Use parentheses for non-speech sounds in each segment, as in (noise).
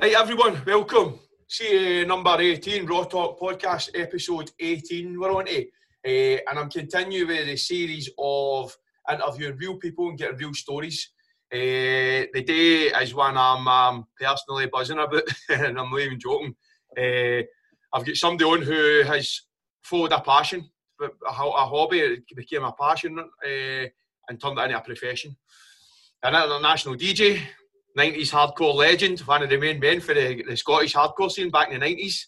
Hey everyone, welcome. See uh, number 18, Raw Talk Podcast, episode 18 we're on to. Uh, and I'm continuing with the series of interviewing real people and getting real stories. Uh, the day is one I'm um, personally buzzing about, (laughs) and I'm not even joking. Uh, I've got somebody on who has followed a passion, but a, ho- a hobby, it became a passion uh, and turned it into a profession. An international DJ, 90s hardcore legend, one of the main men for the, the Scottish hardcore scene back in the 90s.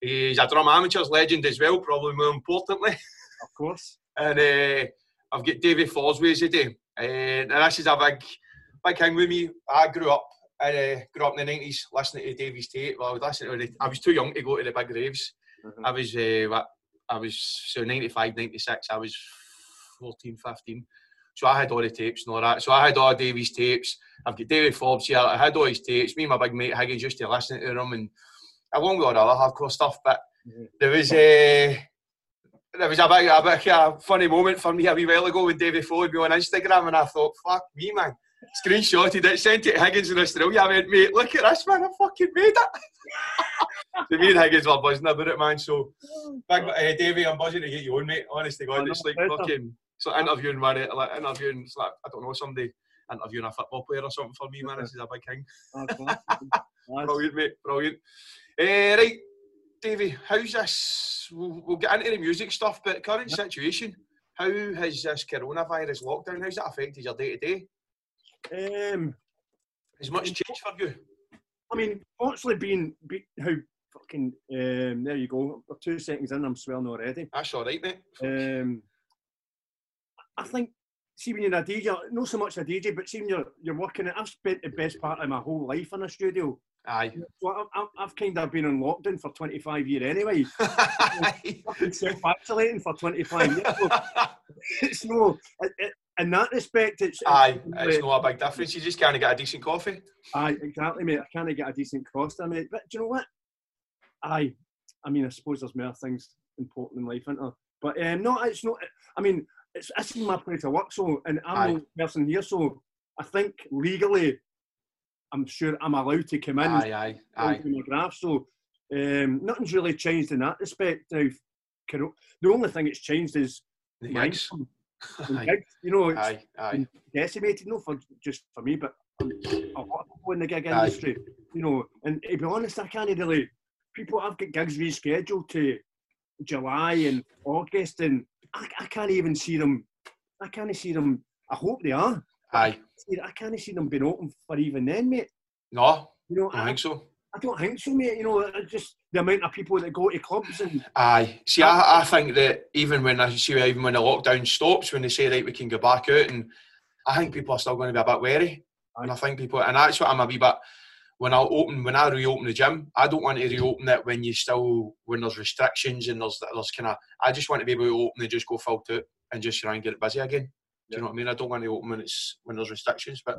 He's a drum amateurs legend as well, probably more importantly. (laughs) Of course. And uh, I've got David Forsways today. Uh, now this is a big, big thing with me. I grew up, I uh, grew up in the 90s listening to Davies Tate. Well, I would listen to the, I was too young to go to the big raves. I was, uh, what, I was, so 95, 96, I was 14, 15. So I had all the tapes and all that. So I had all Davies tapes. I've got David Forbes here. I had all his tapes. Me and my big mate Higgins used to listen to them and along with all the other hardcore stuff. But Mhm. there was a there was a bit, a bit of a funny moment for me a wee while ago when David followed me on Instagram and I thought, fuck me, man. Screenshotted it, sent it to Higgins in Australia. I went, mate, look at this, man. I fucking made it. (laughs) so me and Higgins were buzzing about it, man. So, big, uh, Davey, I'm buzzing to get you on, mate. Honest to Oh, God, no it's like pressure. fucking it's like interviewing, man. it- Like interviewing, it's like, I don't know, somebody interviewing a football player or something for me, man. This is a big thing. That's (laughs) class. That's- Brilliant, mate. Brilliant. Eh, right, Davey, how's this? We'll, we'll get into the music stuff, but current situation, how has this coronavirus lockdown, how's that affected your day to day? um, Has much changed for you? I mean, fortunately, being be, how fucking um, there you go. We're two seconds in, I'm swelling already. That's all right, mate. Um, I think. See, when you're a DJ, not so much a DJ, but see, when you're, you're working, it, I've spent the best part of my whole life in a studio. Aye. (laughs) So I, I, I've kind of been on lockdown for 25 years anyway. I've been self-isolating for 25 years. So it's (laughs) no, it, it, in that respect, it's... Aye, it's not a big difference. You just can't get a decent coffee. Aye, exactly, mate. I can't get a decent cost. I mean, but do you know what? Aye, I mean, I suppose there's more things important in life, isn't there? But um, no, it's not. I mean, it's this is my place of work, so and I'm the Aye. only person here, so I think legally, I'm sure I'm allowed to come in Aye, aye, and aye. do my graph. So um, nothing's really changed in that respect. Now, coro- the only thing that's changed is The my gigs. income. The Aye, gigs, You know, it's aye, aye. decimated, not for just for me, but a lot of people in the gig industry. You know, and to be honest, I can't really. People, I've got gigs rescheduled to July and August, and I, I can't even see them. I can't see them. I hope they are. aye. See, I can't see them being open for even then, mate. No, You know, I don't I, think so. I don't think so, mate. You know, it's just the amount of people that go to clubs and Aye. See, I, I think that even when I see even when the lockdown stops, when they say right, we can go back out, and I think people are still going to be a bit wary. And I think people, and that's what I'm a wee bit. When I open, when I reopen the gym, I don't want to reopen it when you still when there's restrictions and there's there's kind of. I just want to be able to open and just go full out and just try and get it busy again. Do you know what I mean? I don't want to open when it's when there's restrictions, but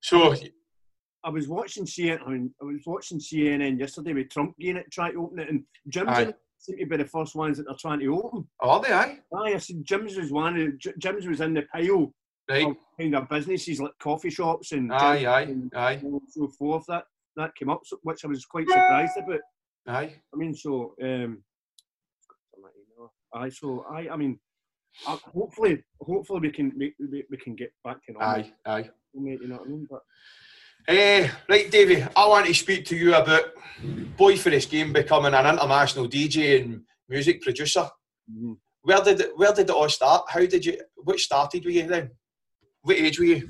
so I was watching CNN. I, mean, I was watching CNN yesterday with Trump getting it, trying to open it, and gyms Aye. in- seem to be the first ones that they're trying to open. are they aye? Aye, I said gyms was one. of- gy- Gyms was in the pile Right? of kind of businesses like coffee shops and Aye, gyms aye, and aye, so forth. That that came up, so- which I was quite surprised about. aye. I mean, so um, aye, so aye. I mean, uh, hopefully, hopefully we can we, we, we can get back to normal. Aye, aye. mate, You know what I mean? But Eh, right, Davey, I want to speak to you about boy for this game becoming an international DJ and music producer. mm, Where did it, where did it all start? How did you? What started with you then? What age were you?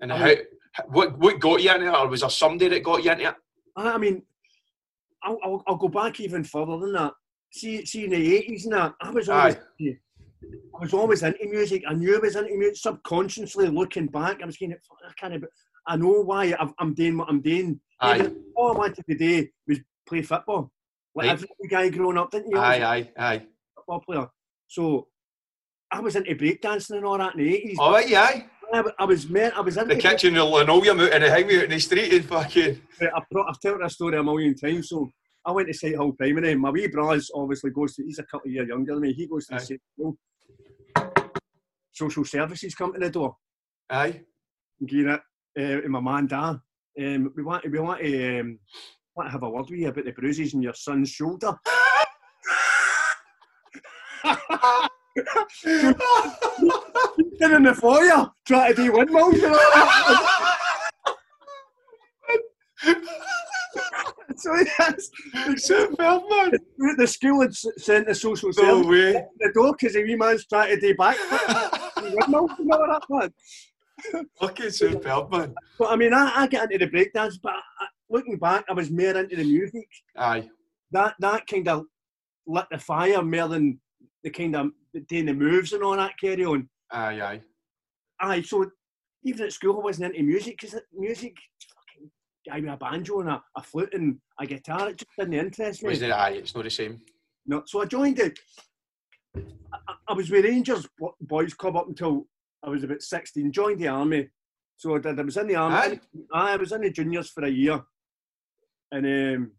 And how? What what got you into it, or was there somebody that got you into it? I I mean, I'll, I'll, I'll go back even further than that. See, see in the eighties and that, I was always, Aye. I was always into music. I knew I was into music. Subconsciously looking back, I was going, "Fuck, I can't. be- I know why I've, I'm doing what I'm doing. Aye, Even all I wanted to do was play football. Like Aye. every guy growing up, didn't you? I was aye, aye, aye. a football player. So I was into breakdancing and all that in the eighties. All right, yeah, aye. I, I was meant. I was into. Oh. The kitchen, the linoleum out in the highway, out in the street, and fucking. Right, I've, pro- I've told this story a million times. So I went to Sighthill Primary. My wee brother's obviously goes to. He's a couple of years younger than me. He goes to the Aye. same school. Social services come to the door. Aye, Get it. Uh, and my man, Dad. Um, we want to, we want to, um, want to have a word with you about the bruises in your son's (laughs) shoulder. Sitting in the foyer, trying to do windmills and all that. So that's, Superb, man. the school had s- sent the social No service way. to the door because the wee man's trying to do back windmills and all that. Man. Fucking superb, man. But I mean, I, I get into the breakdance, but I, I- looking back, I was more into the music. Aye. That that kind of lit the fire more than the kind of doing the moves and all that carry on. Aye, aye. Aye, so even at school, I wasn't into music because music, fucking guy with a banjo and a, a flute and a guitar, it just didn't interest me. Was it aye? It's not the same. No, so I joined it. I, I- I was with Rangers Bo- Boys Club up until I was about 16, joined the army. So I, did, I was in the army. Aye. Aye, I was in the juniors for a year, and um,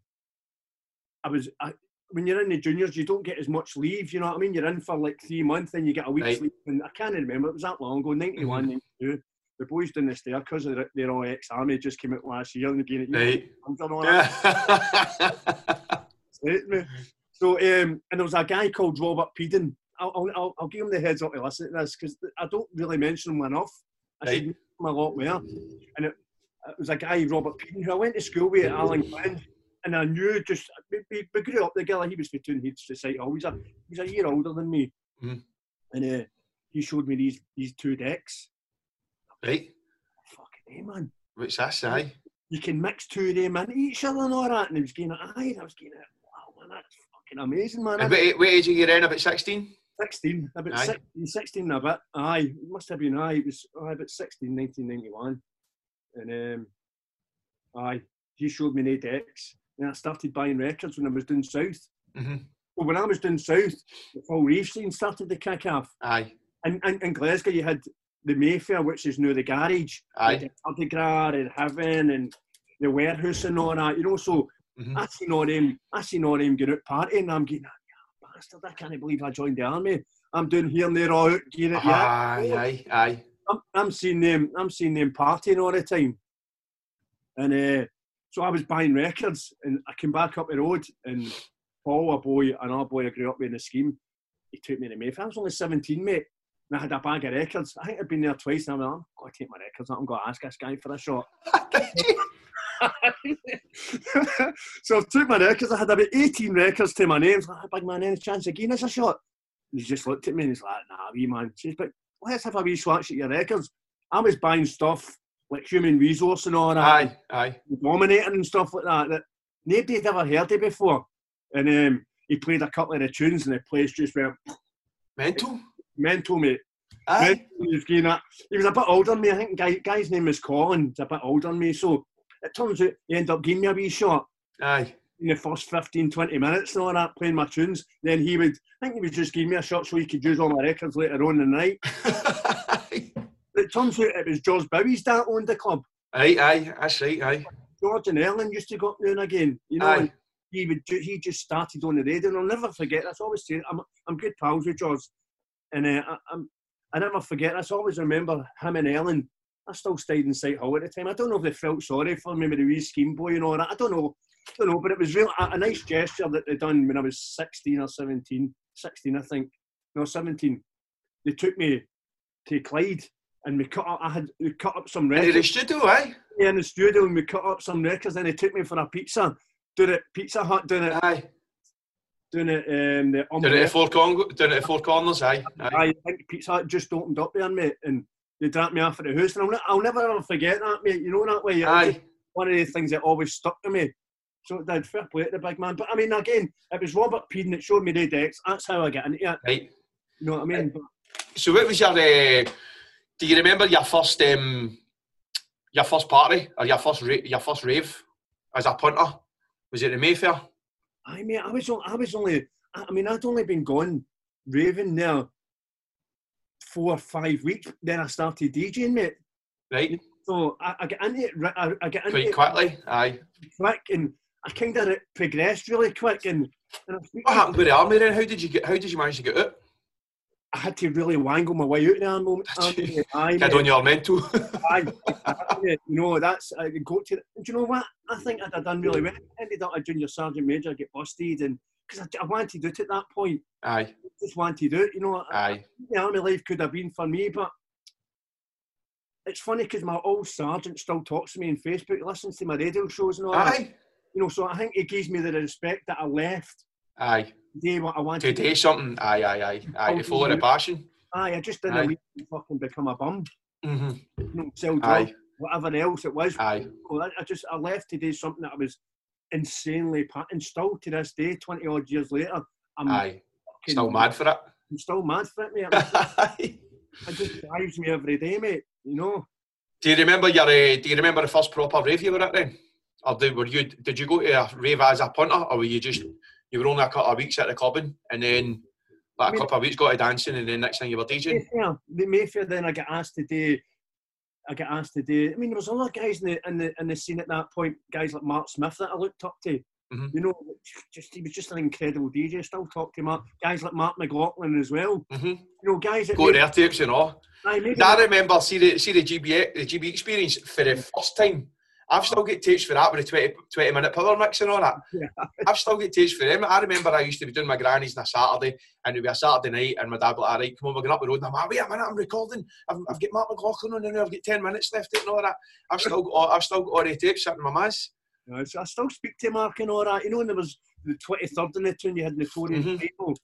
I was. I, when you're in the juniors, you don't get as much leave. You know what I mean? You're in for like three months, and you get a week's Right. Mm-hmm. leave. And I can't remember. It was that long ago, 91, 92. The boys down the stair because they're, they're all ex-army. Just came out last year and again. Right. Yeah. Yeah. Hate me. So, um, and there was a guy called Robert Peden. I'll, I'll- I'll, I'll give him the heads up to listen to this because I don't really mention him enough. I should Right. mention him a lot more. And it, it was a guy, Robert Peden, who I went to school with at Alan Glen. And I knew just, we, we, we grew up together. He was from Toon Heads Society. Always a, he was a year older than me. Mm. And uh, he showed me these these two decks. (laughs) right. Fucking hey, man. What's that? Aye. You can mix two of them into each other and all that. And he was getting it. Aye, and I was getting it. Wow, man, that's fucking amazing, man. And what, a- what age are you then? About 16? 16, about Aye. 16, 16 and a bit. Aye, it must have been aye. It was aye, about 16, 1991. And um, aye, he showed me eight decks. And I started buying records when I was down south. Mm-hmm. Well, when I was down south, the Paul Reef scene started to kick off. Aye. And in, in Glasgow, you had the Mayfair, which is now the garage. Aye. The Tardigrad and Heaven and the warehouse and all that, you know. So Mhm. I seen all them, I seen all them going out partying, and I'm getting, "Ah, bastard, I can't believe I joined the army. I'm doing here and there all out, getting it, yeah. Aye, aye, aye. I'm, I'm seeing them, I'm seeing them partying all the time. And uh, so I was buying records, and I came back up the road, and Paul, a boy, another boy I grew up with in the scheme, he took me to Mayfair. I was only 17, mate, and I had a bag of records. I think I'd been there twice, and I'm like, I'm going to take my records out, I'm going to ask this guy for a shot. (laughs) so I took my records. I had about 18 records to my name. So I big man, any chance again? It's a shot. And he just looked at me and he's like, nah, wee man. Says, but let's have a wee swatch at your records. I was buying stuff like human resource and all that, Aye, aye. dominating and stuff like that, that nobody had ever heard of before. And um, he played a couple of the tunes and the place just went Mental? mental, mate. Aye. He was getting that. He was a bit older than me. I think guy, guy's name was Colin. He's a bit older than me. So it turns out he ended up giving me a wee shot Aye. (laughs) in the first 15, 20 minutes and all that, playing my tunes. Then he would, I think he was just giving me a shot so he could use all my records later on in the night. But it turns out it was George Bowie's that owned the club. aye, aye. That's right, aye. George and Ellen used to go up now and again, you know. Aye. And he would, do, he just started on the radio, and I'll never forget. That's always say I'm, I'm good pals with George, and uh, I, I'm, I never forget. That's always remember him and Ellen. I still stayed in Sight Hall at the time. I don't know if they felt sorry for me with the wee scheme boy and all that. I don't know, don't know. But it was real a, a nice gesture that they done when I was 16 or 17, 16 I think, no 17. They took me to Clyde, and we cut up. I had we cut up some Into records the studio, aye. me in the studio and we cut up some records and he took me for a pizza. Doing it Pizza Hut, doing it Aye. doing it um the Down at the umbrella. four, con- down at the four corners, aye. aye. I think Pizza Hut just opened up there, mate, and they dropped me off at the house and I'll, ne- I'll never ever forget that, mate. You know that way. It was Aye. just One of the things that always stuck to me. So it did fair play to the big man. But I mean again, it was Robert Peden that showed me the decks. That's how I get into it. Right. You know what I mean? But So what was your, uh, do you remember your first, um, your first party or your first, ra- your first rave as a punter? Was it the Mayfair? I mean, I was only, I was only, I I mean, I'd only been gone raving there four or five weeks. Then I started DJing, mate. Right? So I, I get into it, ri- I, I get into Quite it quickly, aye. quick, and I kind of progressed really quick. And, and I speak Uh-huh. What happened with the army then? How did you get, how did you manage to get out? I had to really wangle my way out there a moment. Did Aye, Kid on your mental. (laughs) aye, aye, (laughs) you know, that's, I go to, and do you know what? I think I'd have done really well. Ended up a junior sergeant major, get busted, and because I, I wanted it at that point. aye, Just wanted it, you know. aye. the army life could have been for me, but it's funny because my old sergeant still talks to me on Facebook, listens to my radio shows and all that. Aye, You know, so I think it gives me the respect that I left aye. the day what I wanted. Today something. Aye, aye, aye. Aye, to follow the passion. Aye, I just Aye. didn't leave and fucking become a bum, hmm you know, sell drugs, Aye, whatever else it was. aye. Well, I, I just I left today something that I was insanely pa- and still to this day, twenty odd years later, I'm Aye. fucking- Still mad for it. (laughs) I'm still mad for it, mate. it just (laughs) drives me every day, mate. You know. do you remember your? Uh, do you remember the first proper rave you were at then? Or did, were you? Did you go to a rave as a punter, or were you just? You were only a couple of weeks at the clubbing, and then like I a mean- couple of weeks got to dancing, and then next thing you were DJing. Mayfair, the Mayfair. Then I get asked today. I get asked today. I mean, there was other guys in the in the, in the scene at that point. Guys like Mark Smith that I looked up to. Mhm. You know, just he was just an incredible DJ. Still talk to Mark. Guys like Mark McLaughlin as well. hmm You know, guys that Go to their tapes and all. aye, maybe, I remember see the see the GB the GB experience for the first time. I've still got tapes for that with the 20, 20 minute power mix and all that. Yeah. I've still got tapes for them. I remember I used to be doing my grannies on a Saturday and it would be a Saturday night and my dad would be like, all right, come on, we're going up the road and I'm like, wait a minute, I'm recording. I've, I've got Mark McLaughlin on and I've got 10 minutes left and all that. I've still got all, I've still got all the tapes sitting in my ma's. you know, so I still speak to Mark and all that. You know, and there was the twenty third in the tune. You had Notorious Mhm. people.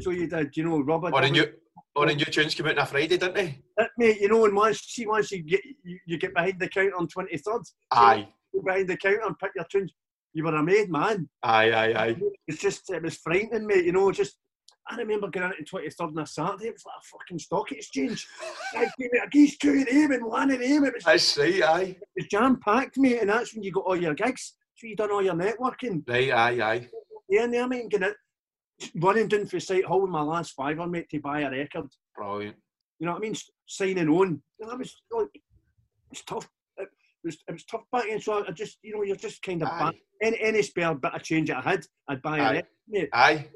So you did. You know, Robert. Or the new, or the new tunes came out on a Friday, didn't they? That, mate, you know, and once see once you get you, you get behind the counter on twenty third, Aye, behind the counter and pick your tunes. You were a made man. aye, aye, aye. It's just, it was frightening, mate. You know, just, I remember going into 23rd on a Saturday, it was like a fucking (laughs) stock exchange. I gave it a geese two at him and one at him. It was, it That's right, aye. was jam packed, mate. And that's when you got all your gigs. So you done all your networking. Right, aye, aye. Yeah, and there, mate, and getting it. Running down for Sight Hall with my last fiver, mate, to buy a record. Brilliant. You know what I mean? S- Signing on. You know, that was, like, it's tough. It was, it was tough back then. So I just, you know, you're just kind of Aye, back. Any, any spare bit of change that I had, I'd Aye. buy a record, mate. aye.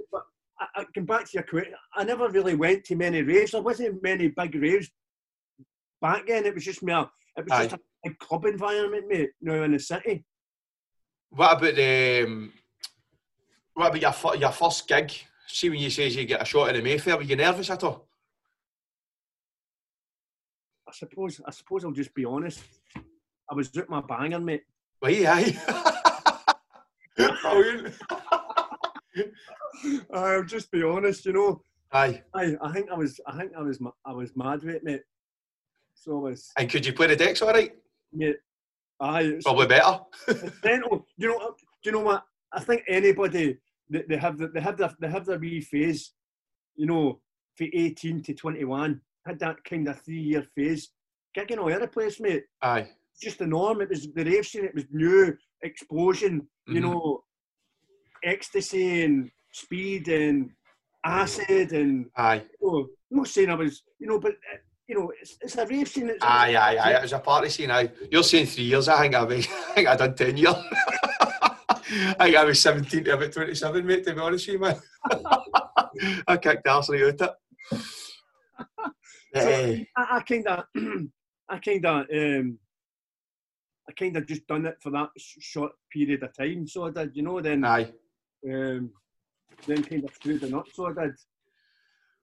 I, I, going back to your question, I never really went to many raves. There wasn't many big raves back then. It was just me. It was Aye. just a big club environment, mate. You know, in the city. What about the um, what about your fir- your first gig? See when you says you get a shot in the Mayfair, were you nervous at all? I suppose. I suppose I'll just be honest. I was out my banger, mate. (laughs) Why, aye. Brilliant. I'll just be honest. You know, Aye. I, I think I was. I think I was. ma- I was mad with it, mate. So I was. And could you play the decks all right? Mate, I. It's, Probably better. it's mental. You know. oh, Do you know what? I think anybody they, they have the, they have their, they have their wee phase. you know, for 18 to 21, had that kind of three year phase. Gigging all over the place, mate. Aye. It's Just the norm. It was the rave scene, it was new explosion, you Mhm. know, ecstasy and speed and acid and, Aye. you know, I'm not saying I was, you know, but, uh, you know, it's, it's a rave scene. It's Aye, aye, aye. It was a party scene, aye. You're saying three years, I think I've (laughs) I think I done ten years. (laughs) I think I was seventeen to about twenty seven, mate, to be honest with you, man. (laughs) I kicked Arsenal out of it. So- Eh, I, I kind of, (clears throat) I kind of, um, I kind of just done it for that sh- short period of time. So I did, you know, then, aye. um, then kind of screwed the nut. So I did.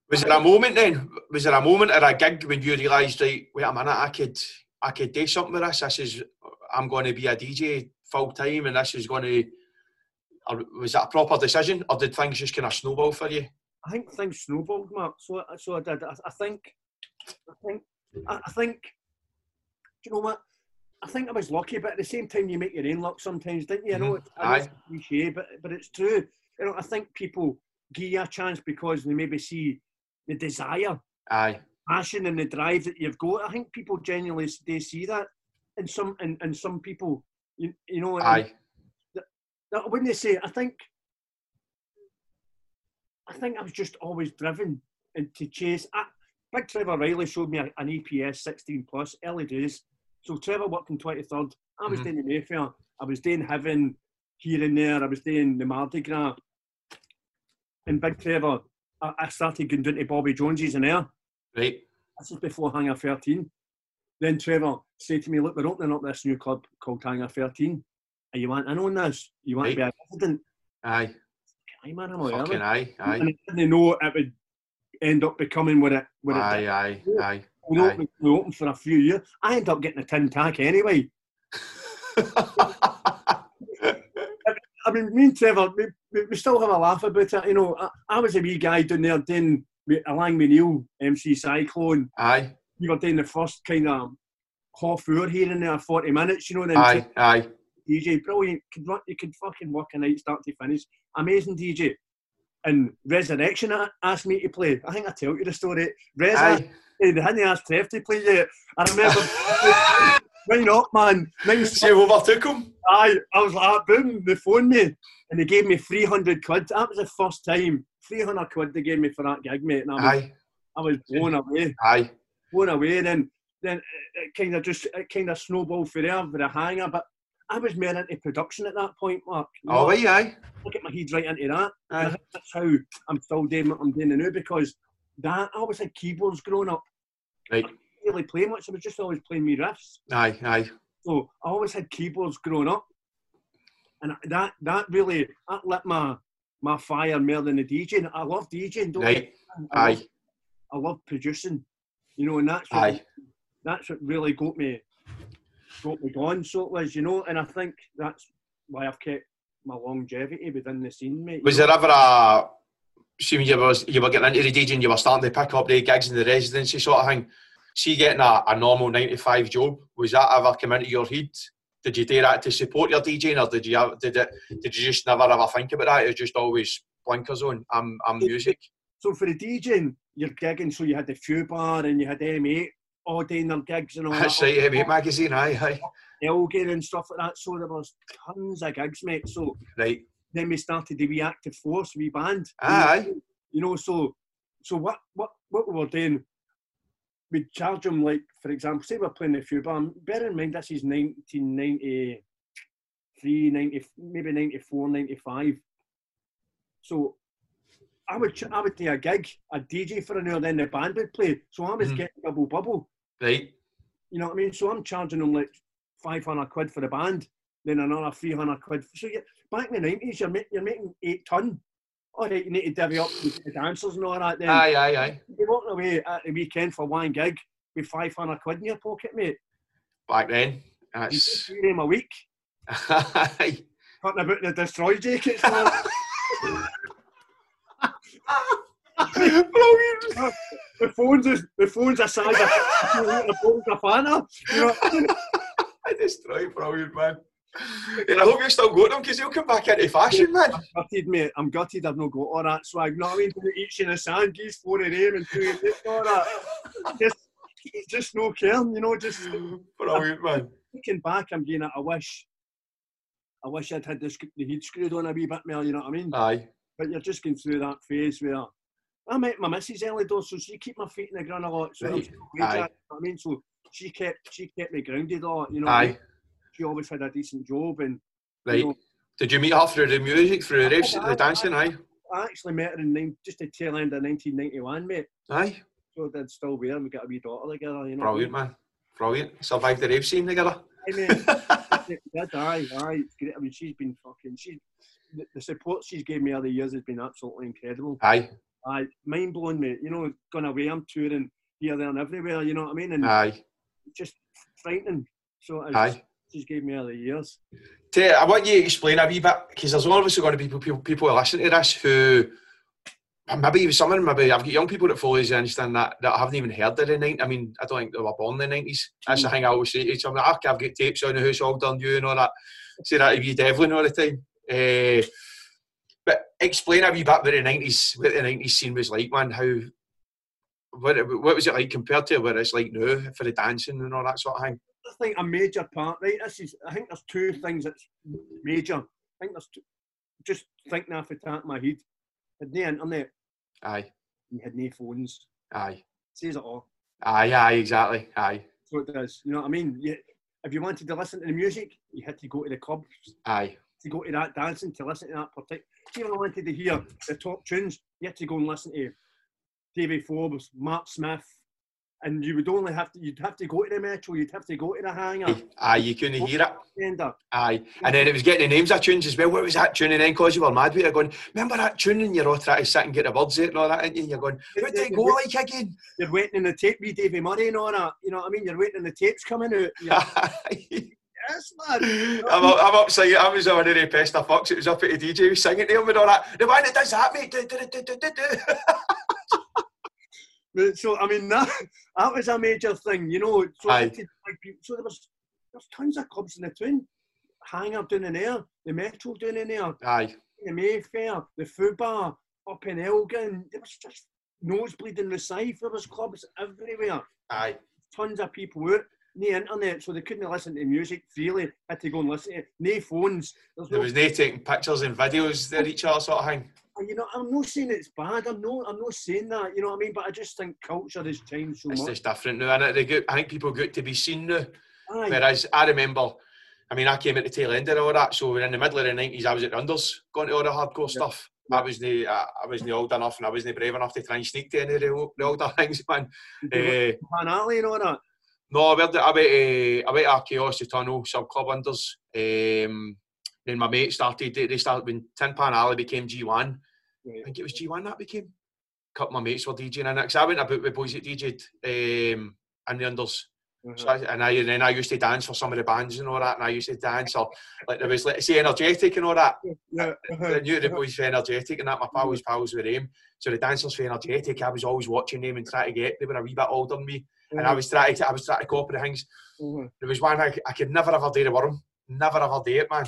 Was there a moment then? Was there a moment or a gig when you realised, right, wait a minute, I could, I could do something with this. This is, I'm going to be a DJ full time, and this is going to. Or was that a proper decision, or did things just kind of snowball for you? I think things snowballed, Mark. So, I- so I did. I, I think, I think, I, I think. Do you know what? I think I was lucky, but at the same time, you make your own luck sometimes, didn't you? I know, Mhm. it's, I know it's cliche, but but it's true. You know, I think people give you a chance because they maybe see the desire, Aye, passion, and the drive that you've got. I think people genuinely s- they see that, and some and, and some people, you, you know, and- aye, I wouldn't say. I think. I think I was just always driven and to chase. I, Big Trevor Riley showed me a- an E EPS 16 plus early days. So Trevor worked in 23rd. I was Mhm. doing the Mayfair. I was doing Heaven here and there. I was doing the Mardi Gras. And Big Trevor I, I started going down to Bobby Jones's in there. Right. This is before Hangar 13. Then Trevor said to me, look, we're opening up this new club called Hangar 13. And you want in on this? You want to be a resident? Aye. Aye, man, I'm Fucking aware aye. And Aye. I didn't know it would end up becoming what it, what it did. Aye. Aye. Aye. (laughs) We were open, we were open for a few years. I ended up getting a tin tack anyway. I mean, me and Trevor, we, we, we still have a laugh about it. You know, I, I was a wee guy down there doing with Alang Neil, MC Cyclone. Aye. We were doing the first kind of half hour here and there, 40 minutes, you know, then Aye. Aye. DJ, brilliant. Could run, you could fucking work a night start to finish. Amazing DJ. And Resurrection a- asked me to play. I think I tell you the story. Res asked Aye. me, they hadn't asked Trev to play yet. (laughs) I remember, why not, man? Nine See, you overtook him. I, I was like, ah, boom, they phoned me and they gave me 300 quid. That was the first time. 300 quid they gave me for that gig, mate. And I was, Aye. I was blown away, Aye. blown away. Then then it- it kind of just, it kind of snowballed for there with a hanger. But I was more into production at that point, Mark. You know, Oh, aye. Aye. Look at my head right into that. And I Aye. think that's how I'm still doing what I'm doing now because that, I always had keyboards growing up. Right. I didn't really play much. I was just always playing me riffs. Aye. Aye. So I always had keyboards growing up, and that that really that lit my my fire more than the DJing. I love DJing, don't Right. get me wrong. I Aye. love, I love producing, you know, and that's what, Aye. that's what really got me got me going. So it was, you know, and I think that's why I've kept my longevity within the scene, mate. you Was know. there ever a assuming you was you were getting into the DJ and you were starting to pick up the gigs in the residency sort of thing? See, getting a, a normal nine to five job was that ever come into your head? Did you do that to support your DJing, or did you have- did it? Did you just never ever think about that? It was just always blinkers on. I'm I'm music. So for the DJing, you're gigging, so you had the few bar and you had M8 all day in their gigs and all (laughs) that. That's right, heavy magazine. Aye, aye. Elgin and stuff like that. So there was tons of gigs, mate. So Right. then we started the wee active force, wee band. Aye. You know, so so what what what we were doing, we'd charge them like, for example, say we're playing the few bar. Bear in mind this is 1993, 90, maybe 94, 95. So I would ch- I would do a gig, a DJ for an hour, then the band would play. So I was Mhm. getting double bubble. Right. You know what I mean? So I'm charging them like 500 quid for the band, then another 300 quid. So you, back in the 90s, you're, ma- you're making eight ton. All right, you need to divvy up with the dancers and all that then. Aye, aye, aye. You're walking away at the weekend for one gig with 500 quid in your pocket, mate. Back then, You do that's. three of them a week, (laughs) Aye. cutting about the destroy jackets. and all (laughs) that. Brilliant. the phone's a, the phone's a size of the phone's a fanner. You know what I mean? I destroyed brilliant man. And I hope you're still got them because they'll come back into fashion, man. gutted, mate. I'm gutted. I've not got all that swag. No, I mean, doing each in the sand, geese four in him eh, and two in him, all that. Just, just no caring, you know. Just (laughs) Brilliant man. looking back, I'm going, I wish, I wish I'd had the, sc- the heat screwed on a wee bit more. You know what I mean? Aye. But you're just going through that phase where I met my missus early doors, so she kept my feet in the ground a lot. So I'm Right. still wage Aye. earner, you know what I mean, so she kept, she kept me grounded a lot. You know, what I mean? Aye. she always had a decent job and. you Right. know, Did you meet her through the music, through the raps, the dancing? Aye. I actually met her in nine, just the tail end of 1991, mate. Aye. So they'd still wear and we got a wee daughter together, you know. Brilliant man. Brilliant. Survived the rave scene together. (laughs) I mean, yeah, aye, aye, it's great. I mean, she's been fucking, she, the, the support she's gave me other years has been absolutely incredible. Aye. Aye, mind blowing, mate. You know, gone away, I'm touring here, there, and everywhere, you know what I mean? And Aye. just frightening. So it's, Aye. she's gave me other years. Ted, I want you to explain a wee bit because there's obviously going to be people, people, people who listen to this who maybe even some of them, maybe I've got young people that follow us and understand that that haven't even heard of the 90s. I mean, I don't think they were born in the 90s. That's the thing I always say to each other. I've got tapes on the house all done you and all that. Say that to you, Devlin, all the time. Eh, but explain a wee bit what the 90s, what the 90s scene was like, man. How, what, it- what was it like compared to what it's like now for the dancing and all that sort of thing? I think a major part, right? This is, I think there's two things that's major. I think there's two, just thinking off the top of my head. Had no internet, Aye, and you had no phones. aye, Says it all. aye, aye, exactly, aye, So it does. You know what I mean? You, if you wanted to listen to the music, you had to go to the clubs. aye. to go to that dancing to listen to that particular. See, when I wanted to hear the top tunes, you had to go and listen to David Forbes, Mark Smith, and you would only have to you'd have to go to the metro, you'd have to go to the hangar. Aye, you couldn't go hear to it. the Fender. Aye. And then it was getting the names of tunes as well. What was that tune? And then because you were mad with it, going, remember that tune? And you're all trying to sit and get the words out and all that, ain't you? And you're going, what did it go like again? You're waiting in the tape with Davy Murray and all that. You know what I mean? You're waiting in the tapes coming out. You're like, Aye. yes, man. (laughs) I'm, up- I'm up singing. I was on the pest of fox. It was up at the DJ was singing to him and all that. The one that does that, mate. Do, do, do, do, do, do. (laughs) But So I mean that (laughs) that was a major thing, you know. So, Aye. it did, like, people- so there was there's tons of clubs in the town. Hangar down in there, the Metro down in there, Aye. the Mayfair, the Food Bar, up in Elgin. There was just nosebleed in the side. There was clubs everywhere. Aye. Tons of people out. No internet, so they couldn't listen to music freely. Had to go and listen to it. No phones. There's There no was no taking pictures and videos there each other sort of thing. And, you know, I'm not saying it's bad. I'm not. I'm not saying that. You know what I mean? But I just think culture has changed so It's much. just different now. And they get, I think people get to be seen now. Aye. Whereas I remember, I mean, I came at the tail end of all that. So in the middle of the nineties, I was at Rundles, going to all the hardcore stuff. I was the I, I was the old enough, and I wasn't brave enough to try and sneak to any of the, o- the older (laughs) things, man. Eh, Van Alley and all that. no, I went I went, eh, I went to Chaos the Tunnel Sub Club Unders. Um, then my mate started. They, they started when Tin Pan Alley became G One. I Right. think it was G1 that became. A couple of my mates were DJing in it. 'cause I went about with boys that DJ'd um, in the unders. uh-huh. So I, and, I, and then I used to dance for some of the bands and all that. And I used to dance or like there was like say energetic and all that. Yeah. I knew the boys were energetic and that my pal was pals with them. So the dancers were energetic. I was always watching them and trying to get. They were a wee bit older than me, and I was trying to I was trying to copy the things. uh-huh. There was one I, I could never ever do the worm. Never ever do it, man.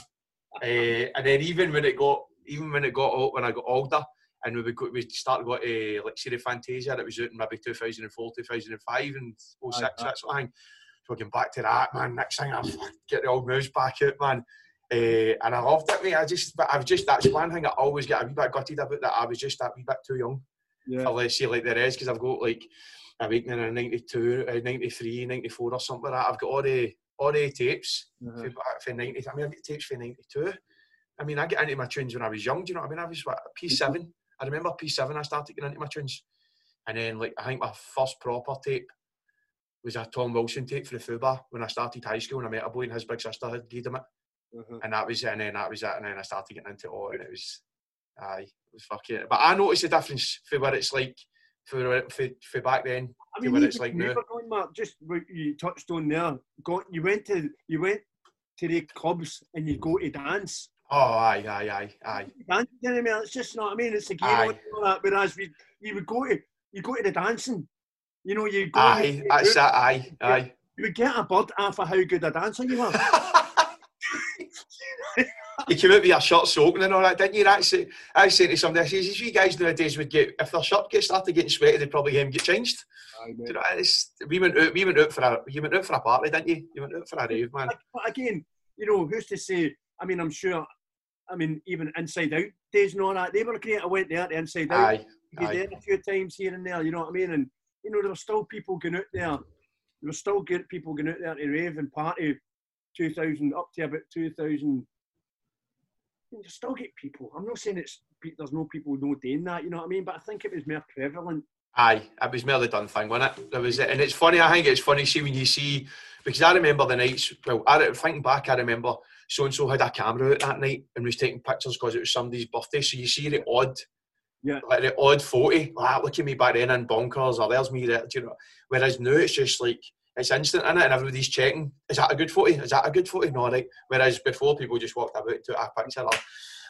Eh, and then even when it got, even when it got old, when I got older, and we would go, we started going to like see the Fantasia that was out in maybe 2004, 2005, and 06, Aye, aye. that sort of thing. So I came back to that, man. Next thing I get the old mouse back out, man. Eh, and I loved it, mate. I just, but I've just that's one thing I always get a wee bit gutted about that. I was just that wee bit too young Yeah. for let's say like the rest because I've got like a weekend in a 92, uh, 93, 94 or something like that. I've got all the all the tapes uh-huh, for, for 90. I mean, I get tapes for 92. I mean, I get into my tunes when I was young. Do you know what I mean? I was what, P7. I remember P7. I started getting into my tunes, and then like I think my first proper tape was a Tom Wilson tape for the Fubar when I started high school and I met a boy and his big sister had gave him it, uh-huh. and that was it. And then that was it. And then I started getting into it all, and it was, aye, it was fucking. But I noticed the difference for what it's like for for, for back then I See mean, what you it's just like never now. going, Mark. Just what you touched on there. Got you went to you went to the clubs and you go to dance. Oh, aye, aye, aye, aye. Dance, you know what I mean? It's just not. I mean, it's a game Aye. on and all that. Whereas we you would go to you go to the dancing. You know, you go. Aye, that's that, aye, aye. You would get a bird after how good a dancer you (laughs) were. you came out with your shirt soaking and all that, didn't you? That's it. I was saying to somebody, I says, these wee guys nowadays would get, if their shirt gets started getting sweaty, they'd probably get him get changed. Do you know, it's, we went out, we went out for a, you went out for a party, didn't you? You went out for a rave, man. Like, but again, you know, who's to say? I mean, I'm sure. I mean, even Inside Out days and all that. They were great. I went there to Inside Out. Aye, be aye. there a few times here and there, you know what I mean? And you know, there were still people going out there. There were still good people going out there to rave and party two thousand up to about two thousand you still get people. I'm not saying it's pe- there's no people no doing that, you know what I mean? But I think it was more prevalent. Aye, it was merely done thing, wasn't it? That was it. And it's funny, I think it's funny, see, when you see, because I remember the nights, well, I, re- thinking back, I remember so and so had a camera out that night and was taking pictures because it was somebody's birthday. So you see the odd, Yeah. like the odd photo, like, "Ah, look at me back then in bonkers, or there's me there, do you know? Whereas now it's just like, it's instant in it, and everybody's checking, is that a good photo? Is that a good photo? No, right. Whereas before, people just walked about, took a picture, or,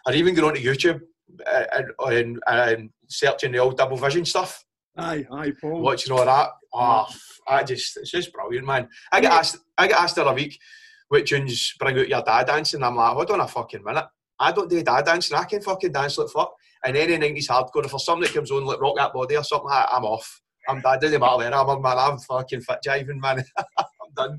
or even going onto YouTube uh, and, and, and searching the old double vision stuff Aye, aye, Paul. watching all that. Oh, f- I just it's just brilliant, man. I get asked I get asked the other week which tunes bring out your dad dancing. I'm like, hold on a fucking minute. I don't do dad dancing. I can fucking dance like fuck. And any nineties hardcore, if there's something that comes on like rock that body or something, I, I'm off. I'm dad. Doesn't matter where I'm, man. I'm fucking fit jiving, man. (laughs) I'm done.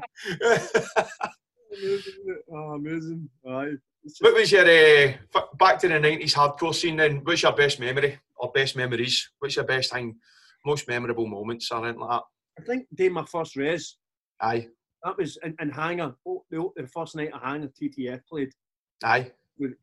Amazing, isn't it? Oh, amazing. Aye. It's what just- was your uh, f- back to the nineties hardcore scene? Then what's your best memory or best memories? What's your best thing? Most memorable moments or anything like that? I think day my first res, Aye, that was in, in Hanger, oh, the, the first night of Hanger TTF played. aye, with-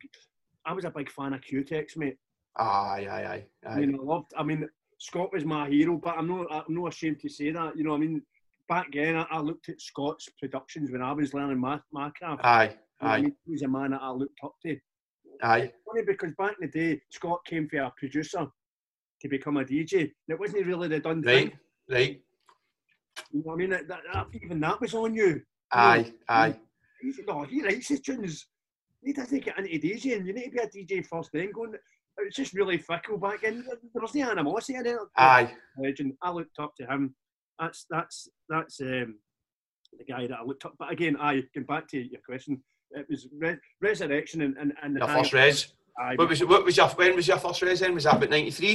I was a big fan of Q-Tex, mate. Aye, aye, aye. I aye. mean, I loved. I mean, Scott was my hero, but I'm not. I'm not ashamed to say that. You know, I mean, back then I, I looked at Scott's productions when I was learning my my craft. Aye, You know what I aye, mean? he was a man that I looked up to. aye. Funny because back in the day, Scott came for a producer to become a DJ. And it wasn't really the done Right, thing. right. You know what I mean? That, that, that- even that was on you. Aye, aye. He said, "No, he writes his tunes. He doesn't get into DJing. You need to be a DJ first, then go." and-" It was just really fickle back then. There there was no animosity in it. Aye, legend. I looked up to him. That's that's that's um, the guy that I looked up. But again, I going back to your question. It was re- resurrection and and, and your I- first res. I, What was, what was your, when was your first res then? Was that about 93?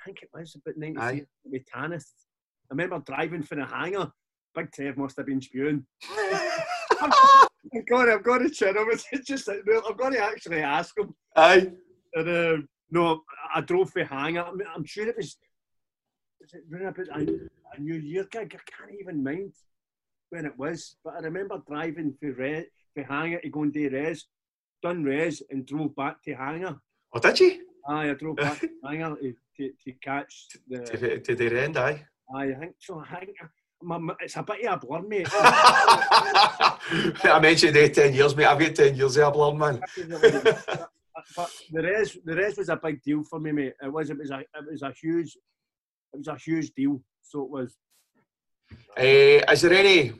I think it was about ninety with Tanis. I remember driving for the hangar. Big Tev must have been spewing. I've got to, I've got to chin him. It's (laughs) just like, no, I've got to actually ask him. aye, And, um, no, I I drove for hangar. I'm, I'm sure it was. Was it round about a, a New Year gig? I can't even mind when it was, but I remember driving for Re, for hangar to go and do res, done res, and drove back to hangar. or did you? Aye, I drove back to hangar to, to, to catch the. Did, did they end, aye? Aye, I think so. I think my, my- it's a bit of a blur, mate. I mentioned eh, 10 years, mate. I've got 10 years there, blur, man. but the res the res was a big deal for me, mate. It was it was a it was a huge it was a huge deal. So it was Eh, is eh, there any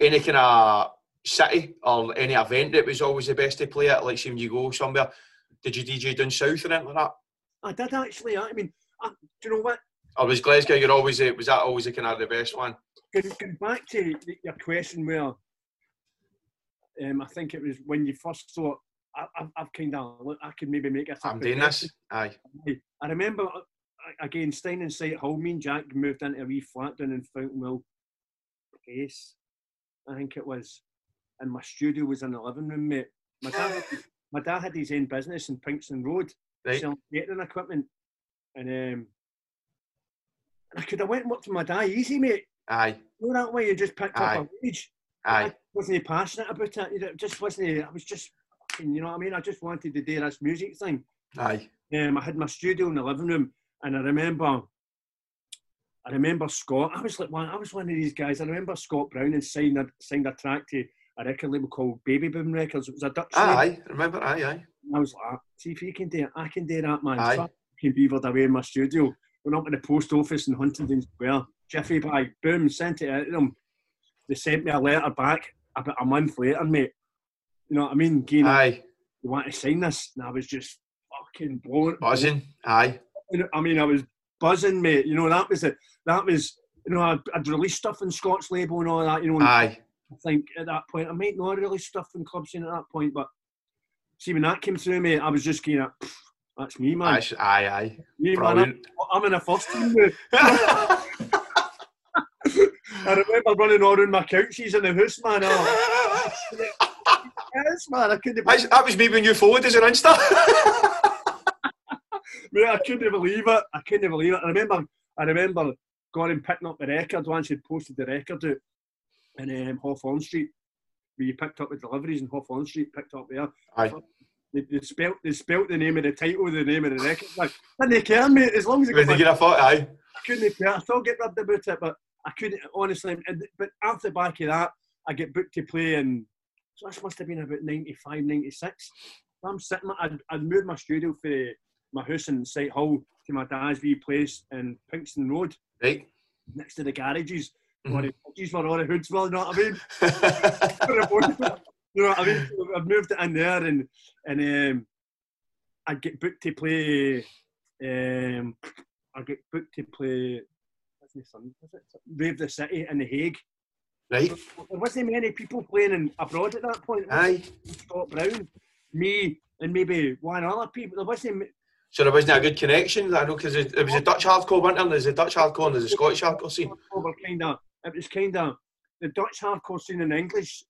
any kind of city or any event that was always the best to play at? Like, see, when you go somewhere, did you DJ down south or anything like that? I did actually. I mean, I, do you know what? Or was Glasgow, you're always, eh, was that always the kind of the best one? Going, going back to the- your question, where um, I think it was when you first thought I, I've, I've kind of look, I could maybe make a I'm doing this. Aye. I remember uh, again staying in sight Hall. Me and Jack moved into a wee flat down in Fountainwell Place, I think it was, and my studio was in the living room, mate. My dad, (laughs) my dad had his own business in Pinkston Road, Right. selling catering equipment, and um, and I could have went and worked for my dad easy, mate. Aye. Go that way and just picked Aye. up a wage. Aye. I wasn't passionate about it. you know, It just wasn't. I was just, fucking, you know what I mean. I just wanted to do this music thing. Aye. Um, I had my studio in the living room, and I remember, I remember Scott. I was like one. I was one of these guys. I remember Scott Brown and signed a, signed a track to a record label called Baby Boom Records. It was a Dutch. label. Aye. Remember? Aye, aye. And I was like, "Ah, see if you can do it. I can do that, man. Aye. So I fucking beavered away in my studio. Went up to the post office in Huntingdon Square. Jiffy bag, boom, sent it out to them. They sent me a letter back about a month later, mate. You know what I mean? Gain, Aye. you want to sign this? And I was just fucking blown. Buzzing. Aye. You know, I mean, I was buzzing, mate. You know, that was it. That was, you know, I'd, I'd released stuff in Scott's label and all that, you know. and Aye. I think at that point, I might not really stuff in club scene at that point, but see, when that came through, mate, I was just kind of, that's me, man. Aye. Aye. me, man (laughs) I'm, Brilliant. I'm in a first team now. I remember running all around my couches in the house, man. Oh, yes, man, I couldn't, That's- that was me ah, when you followed us on (laughs) Insta. mate, I couldn't believe it. I couldn't believe it. I remember, I remember going and picking up the record once he'd posted the record out in um, Hawthorne Street, where you picked up the deliveries in Hawthorne Street, picked up there. Aye. They, they spelt they spelt the name of the title, the name of the record. Like, and they care, mate. As long as they When got they my get a thought, aye. I couldn't play. I still get rubbed about it, but I couldn't honestly. and- But after the back of that, I get booked to play, and so this must have been about 95, 96. I'm sitting. I'd, I'd moved my studio from my house in Sight Hall to my dad's wee place in Pinkston Road, Right. (laughs) next to the garages. Mhm. Where the hoods were, all the hoods were. You know what I mean? you know what I mean? So I've moved it in there, and and um, I get booked to play. Um, I get booked to play. What's the Sun? Was it Rave the City in the Hague? right. There wasn't many people playing in abroad at that point. It was Aye. Scott Brown, me, and maybe one other people. There wasn't. m- So there wasn't a good connection, I know, because it, it was a Dutch hardcore, wasn't there? And there's a Dutch hardcore and there's a Scottish hardcore scene. Over kind of. It was kind of the Dutch hardcore scene in English.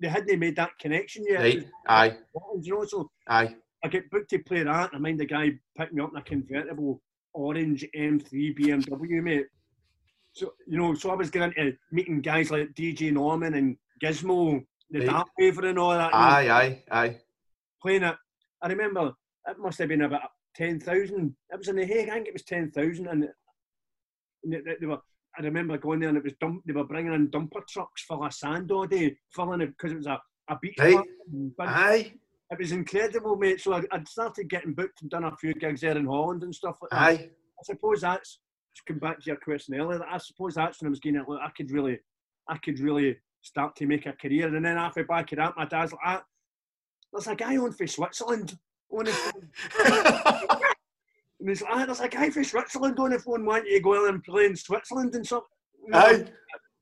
They hadn't made that connection yet. Right. Aye. You know, so Aye. I get booked to play that. and I mind the guy picked me up in a convertible orange M3 BMW, mate. So you know, so I was getting into meeting guys like DJ Norman and Gizmo, the Right. Dark Waver and all that. you know. Aye. Aye. Aye. playing it. I remember it must have been about 10,000. It was in the Hague, I think it was 10,000. And, and they, they were, I remember going there and it was dump, they were bringing in dumper trucks full of sand all day, filling it because it was a, a beach. Right. club and big- Aye, It was incredible, mate. So I, I'd started getting booked and done a few gigs there in Holland and stuff like that. (laughs) aye. I suppose that's to come back to your question earlier. I suppose that's when I was getting it. Look, I could really, I could really start to make a career. And then after back it up, my dad's like, ah, "There's a guy on for Switzerland on the phone." and he's like, ah, "There's a guy for Switzerland on the phone wanting you to go in and play in Switzerland and stuff." aye. I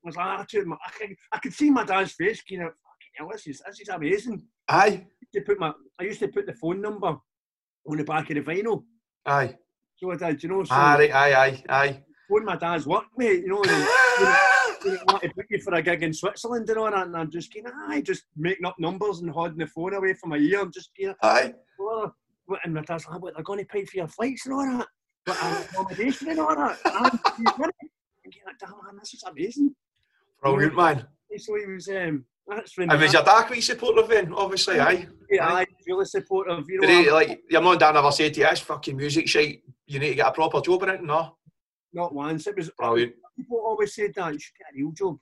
was like, ah, to him, I, could, I could see my dad's face, you know, fucking hell, this is, this is amazing. Aye. I used to put my, I used to put the phone number on the back of the vinyl. Aye. So I did, you know. So Aye. Aye. Aye. phone my dad's work, mate, you (laughs) know. and- Aye. they didn't want to book you for a gig in Switzerland and all that, and I'm just going, aye, just making up numbers and holding the phone away from my ear. I'm just going, Aye. oh. and my dad's like, what, they're going to pay for your flights and all that, but uh, accommodation and all that. Ah, And I'm (laughs) going, like, damn, man, this is amazing. Brilliant, man. So he was, um, that's when And was I, your dad quite supportive then? Obviously, aye. I really supportive, you know. Did he, like, your mum and dad never said to you, that's fucking music shit, you need to get a proper job nou. in it? No. not once. It was, Brilliant. people always said that, you should get a real job.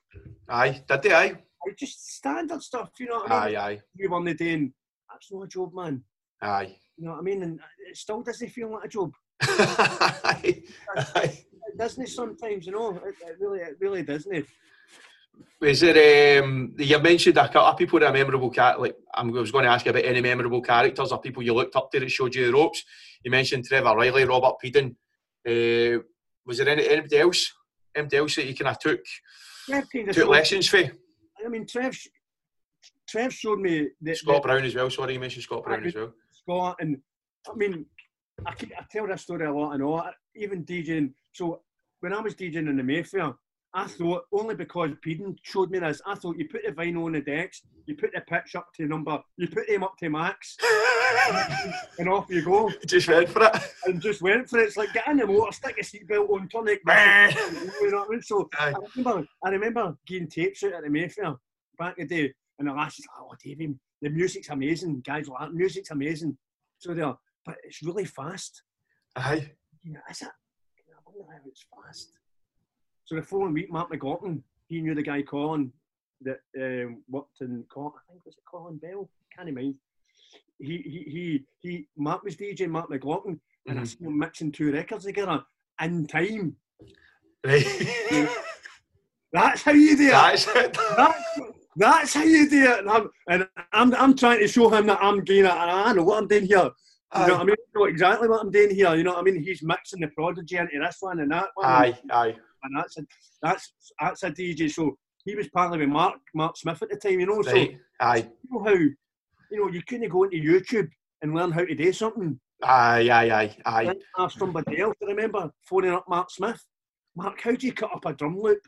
Aye. Did they, aye? It's just standard stuff, you know what I mean? Aye, aye. We were on the day and that's not a job, man. Aye. You know what I mean? And uh, it still doesn't feel like a job. aye. aye. (laughs) doesn't it sometimes, you know? It, it really, it really doesn't it? Was there, um, you mentioned a couple of people that are memorable, cat. like, I'm, I was going to ask you about any memorable characters or people you looked up to that showed you the ropes. You mentioned Trevor Riley, Robert Peden. Uh, was there any, anybody else? Anybody else that you kind of took, Trev kind of took showed, lessons for? I mean, Trev, sh- Trev showed me that Scott Brown as well, sorry, you mentioned Scott Brown as well. Scott and I mean, I, keep, I tell this story a lot and all. Even DJing. So when I was DJing in the Mayfair, I thought only because Peden showed me this, I thought you put the vinyl on the decks, you put the pitch up to number, you put him up to max, and off you go. Just read for it. And just went for it. It's like get in the motor, stick your seatbelt on, turn it. you know what I mean? So Aye. I remember, I remember getting tapes out at the Mayfair back in the day, and the lass is like, "Oh, Davey, the music's amazing, guys. Like, that music's amazing." So they're, but it's really fast. Aye. You know, is it? I wonder how it's fast. So the following week, Mark McGotten, he knew the guy Colin that um, worked in Colin, I think was it Colin Bell, can't mind. He he he he. Mark was DJ Mark McLaughlin, and I Mhm. seen him mixing two records together in time. Right. That's how you do it. That's it. that's, that's how you do it. And I'm, and I'm, I'm trying to show him that I'm doing it, and I know what I'm doing here. You know what I Aye. mean? I know exactly what I'm doing here. You know what I mean? He's mixing the prodigy into this one and that one. Aye, aye. And that's a, that's that's a DJ. So he was partly with Mark Mark Smith at the time. You know, so Right. Aye. you know how you know you couldn't go into YouTube and learn how to do something. Aye, aye, aye, aye. I asked somebody else. I remember phoning up Mark Smith. Mark, how do you cut up a drum loop?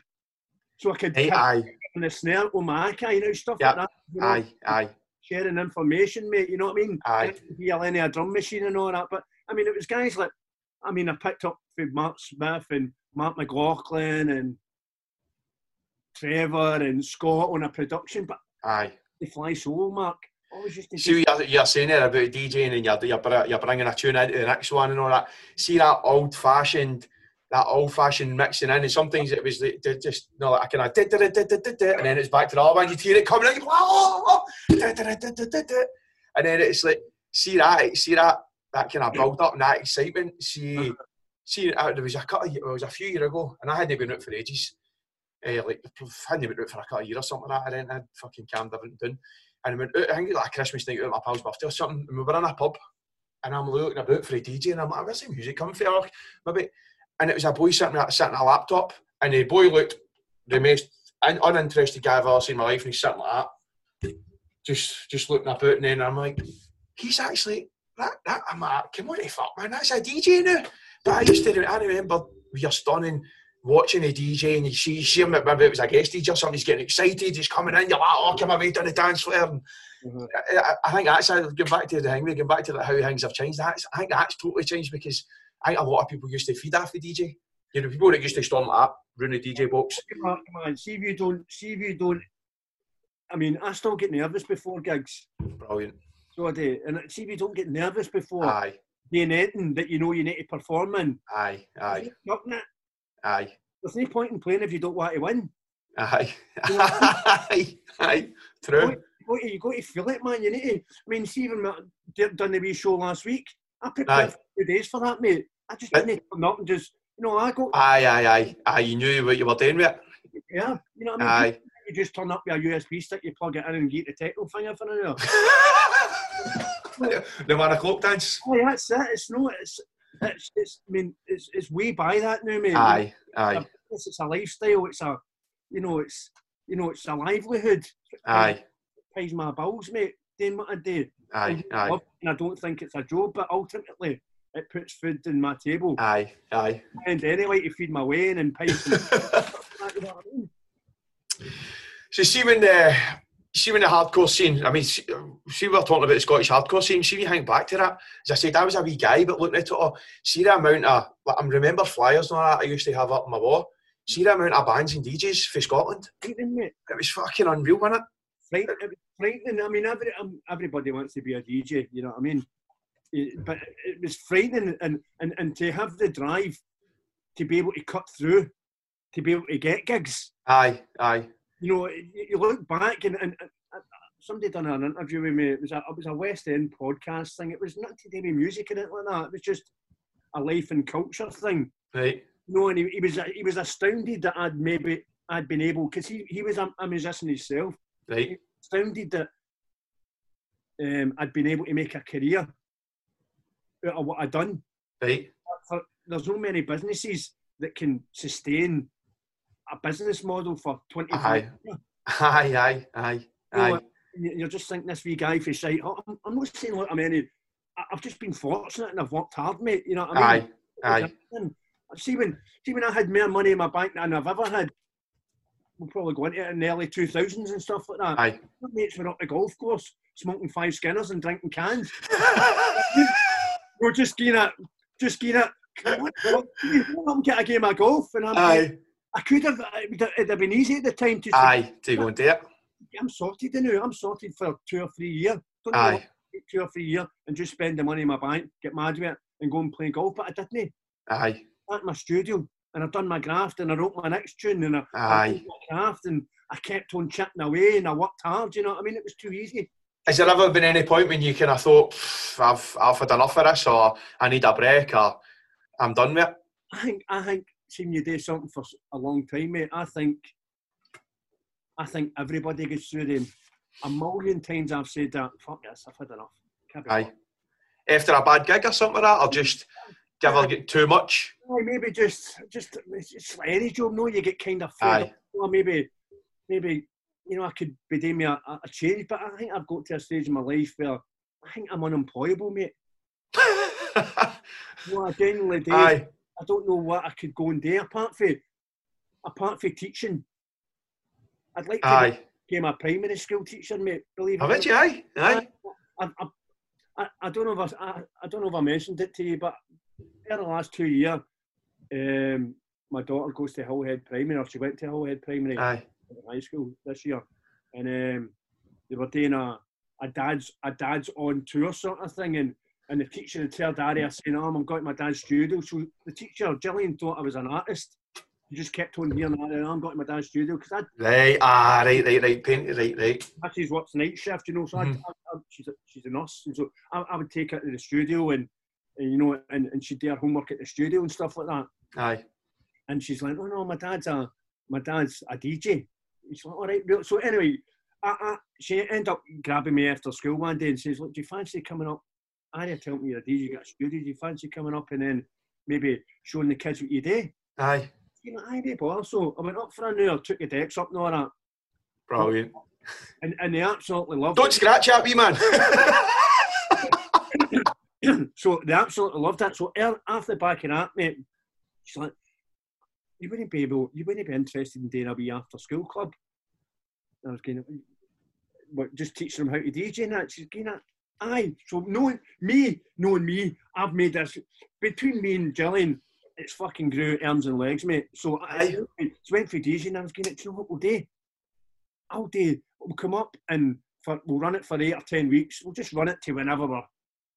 So I could Aye, hit aye, on the snare with my eye, you know, stuff Yeah, like that. You know? aye, aye, sharing information, mate. You know what I mean? Aye. Lenny a drum machine and all that. But I mean, it was guys like, I mean, I picked up from Mark Smith and Mark McLaughlin and Trevor and Scott on a production, but aye. they fly solo, Mark. Always used to See what you're, you're saying there eh, about DJing and you're, you're, br- you're bringing a tune into the next one and all that. See that old fashioned, that old fashioned mixing in, and sometimes it was like, they're just you know, like a kind of did did did did did and then it's back to the other one. You hear it coming, like, oh, oh, did did did did did did, and then it's like see that see that that kind of build up and that excitement. See, see uh, there was a couple, of, ye- well, it was a few years ago, and I hadn't been out for ages. Uh, like I hadn't been out for a couple of years or something like that. And then I fucking calmed everything down. And I went out, I think it was like Christmas night out at my pal's birthday or something, and we were in a pub, and I'm looking about for a DJ, and I'm like, where's the music coming from? Like, Maybe, and it was a boy sitting at sitting at a laptop, and the boy looked the most un- uninterested guy I've ever seen in my life, and he's sitting like that, just just looking about, and then I'm like, he's actually that that I'm like, come on, the fuck man, that's a DJ now. But I used to, I remember you're stunning. Watching a DJ and you see, you see him, maybe it was a guest DJ or something, he's getting excited, he's coming in, you're like, oh, come away down the dance floor. And Mhm. I, I- I think that's going back to the thing. Going back to the, how things have changed. That's I think that's totally changed because I think a lot of people used to feed off the DJ. You know, people that used to storm like that, ruin the DJ box. Mark, man. See if you don't, see if you don't. I mean, I still get nervous before gigs. Brilliant. So I do. And see if you don't get nervous before Aye. doing anything that you know you need to perform in. Aye. Aye. Nothing it. Aye. There's no point in playing if you don't want to win. Aye. (laughs) Aye. Aye. True. You got to, you got to feel it, man. You need to. I mean, see, even when Dirk done the wee show last week, I Aye. prepared for two days for that, mate. I just didn't turn up and just, you know, I go, Aye. Aye. Aye. Aye. You knew what you were doing with it. yeah, you know what I mean? (laughs) Aye. You just turn up with a USB stick, you plug it in and get the techno finger for an hour. the one o'clock dance. Oh, yeah, that's it. It's no, it's, it's, it's, I mean, it's, it's way by that now, mate. Aye. Aye. It's, it's a lifestyle. It's a, you know, it's, you know, it's a livelihood. Aye. Pays my bills, mate. Doing what I do. Aye. Aye. And I don't think it's a job, but ultimately, it puts food on my table. Aye. Aye. And anyway, to feed my way (laughs) and pipes. And (laughs) you know what I mean? So uh, see when the see when the hardcore scene. I mean, see, see we were talking about the Scottish hardcore scene. See when you hang back to that. As I said, I was a wee guy, but looking at it all, see the amount of like, I remember flyers and all that I used to have up on my wall. See the amount of bands and DJs for Scotland. Frightening, mate. It was fucking unreal, wasn't it? Fright- it was Frightening. I mean, every, um, everybody wants to be a DJ, you know what I mean? Eh, But it was frightening, and, and, and to have the drive to be able to cut through, to be able to get gigs. Aye. Aye. you know, you you look back and, and, and somebody done an interview with me. It was a it was a West End podcast thing. It was nothing to do with music and it like that. It was just a life and culture thing. Right. You know, and he, he was he was astounded that I'd maybe I'd been able because he, he was a, a musician himself. Right. Astounded that um, I'd been able to make a career uh, out of what I'd done Right. for- there's no many businesses that can sustain a business model for 25 Aye. Aye. Aye. Aye. Aye. you- you're just thinking this wee guy for shite. Oh, I'm, I'm not saying look, I'm any. I- I've just been fortunate and I've worked hard, mate. You know what I mean? Aye. Aye. I see when see when I had more money in my bank than I've ever had. We'll probably go into it in the early 2000s and stuff like that. Aye. My mates were up the golf course smoking five skinners and (laughs) drinking cans. We're just getting it, just getting it. Come on, come on, get a game of golf, and I'm. Aye. I could have. It would have- it'd have been easy at the time to. say, Aye. Do you go and do it? I'm sorted now. I'm sorted for two or three years. Don't know Aye. take two or three years and just spend the money in my bank, get mad with it, and go and play golf. But I didn't. Aye. At my studio, and I've done my graft, and I wrote my next tune, and I, I Aye. did my graft, and I kept on chipping away, and I worked hard. You know what I mean? It was too easy. Has there ever been any point when you kind of thought, "Pff, I've I've had enough of this, or I need e, a break, or I'm done with it? I think. I think. Seeing you do something for s- a long time, mate. I think. I think everybody gets through them. A million times I've said that. Fuck this. I've had enough. Can't be Aye. bothered." After a bad gig or something like that, or just give or get too (laughs) much? Aye, maybe just just it's it's like any job. No, you get kind of fed Aye. up. Or maybe maybe you know I could be doing me a, a a change, but I think I've got to a stage in my life where I think I'm unemployable, mate. Well, I genuinely do. Aye. I don't know what I could go and do apart from apart from teaching. I'd like to Aye. become a primary school teacher, mate. Believe it. or Haven't you? Aye. Aye. I, I, I- I don't know if I, I, I don't know if I mentioned it to you, but in the last two years, um, my daughter goes to Hillhead Primary, or she went to Hillhead Primary Aye. high school this year, and um, they were doing a, a dad's a dad's on tour sort of thing, and and the teacher had told Daria saying, "Oh, I'm going to my dad's studio." So the teacher Gillian thought I was an artist. She just kept on hearing, "Oh, "I'm going to my dad's studio," because I Right. Ah. Right. Right. Right. Paint. Right. Right. Patsy's works night shift, you know, so I'd- Mhm. I, I, she's, a, she's a nurse, and so I, I would take her to the studio and, and you know, and, and she'd do her homework at the studio and stuff like that. Aye. And she's like, oh no, my dad's a, my dad's a DJ. She's like, all right, real. so anyway, I, I, she ended up grabbing me after school one day and says, look, do you fancy coming up? Aria tell me you're a DJ, you got a studio, do you fancy coming up and then maybe showing the kids what you do? Aye. You know, I did, but also I went up for an hour, took the decks up and all that, Brilliant. and, and they absolutely loved it. Don't scratch that, wee man. (laughs) so they absolutely loved that. So er- off the back of that, mate, she's like, "You wouldn't be able, you wouldn't be interested in doing a wee after school club." And I was going, "But just teaching them how to DJ." And that she's going, "Aye." So knowing me, knowing me, I've made this between me and Gillian. It's fucking grew arms and legs, mate. So I, I went for DJ, and I was going, "Do you know what we'll do? I'll do. We'll come up and for we'll run it for eight or ten weeks. We'll just run it to whenever we're.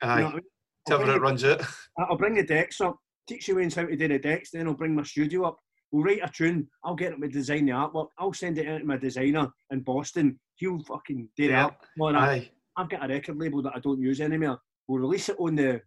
You know Aye. what I mean? I'll, Whatever bring it runs out. the, I'll bring the decks up, teach you Wayne's how to do the decks, then I'll bring my studio up. We'll write a tune. I'll get it with design the artwork. I'll send it out to my designer in Boston. He'll fucking do Yeah. that. Well, I- Aye. I've got a record label that I don't use anymore. We'll release it on the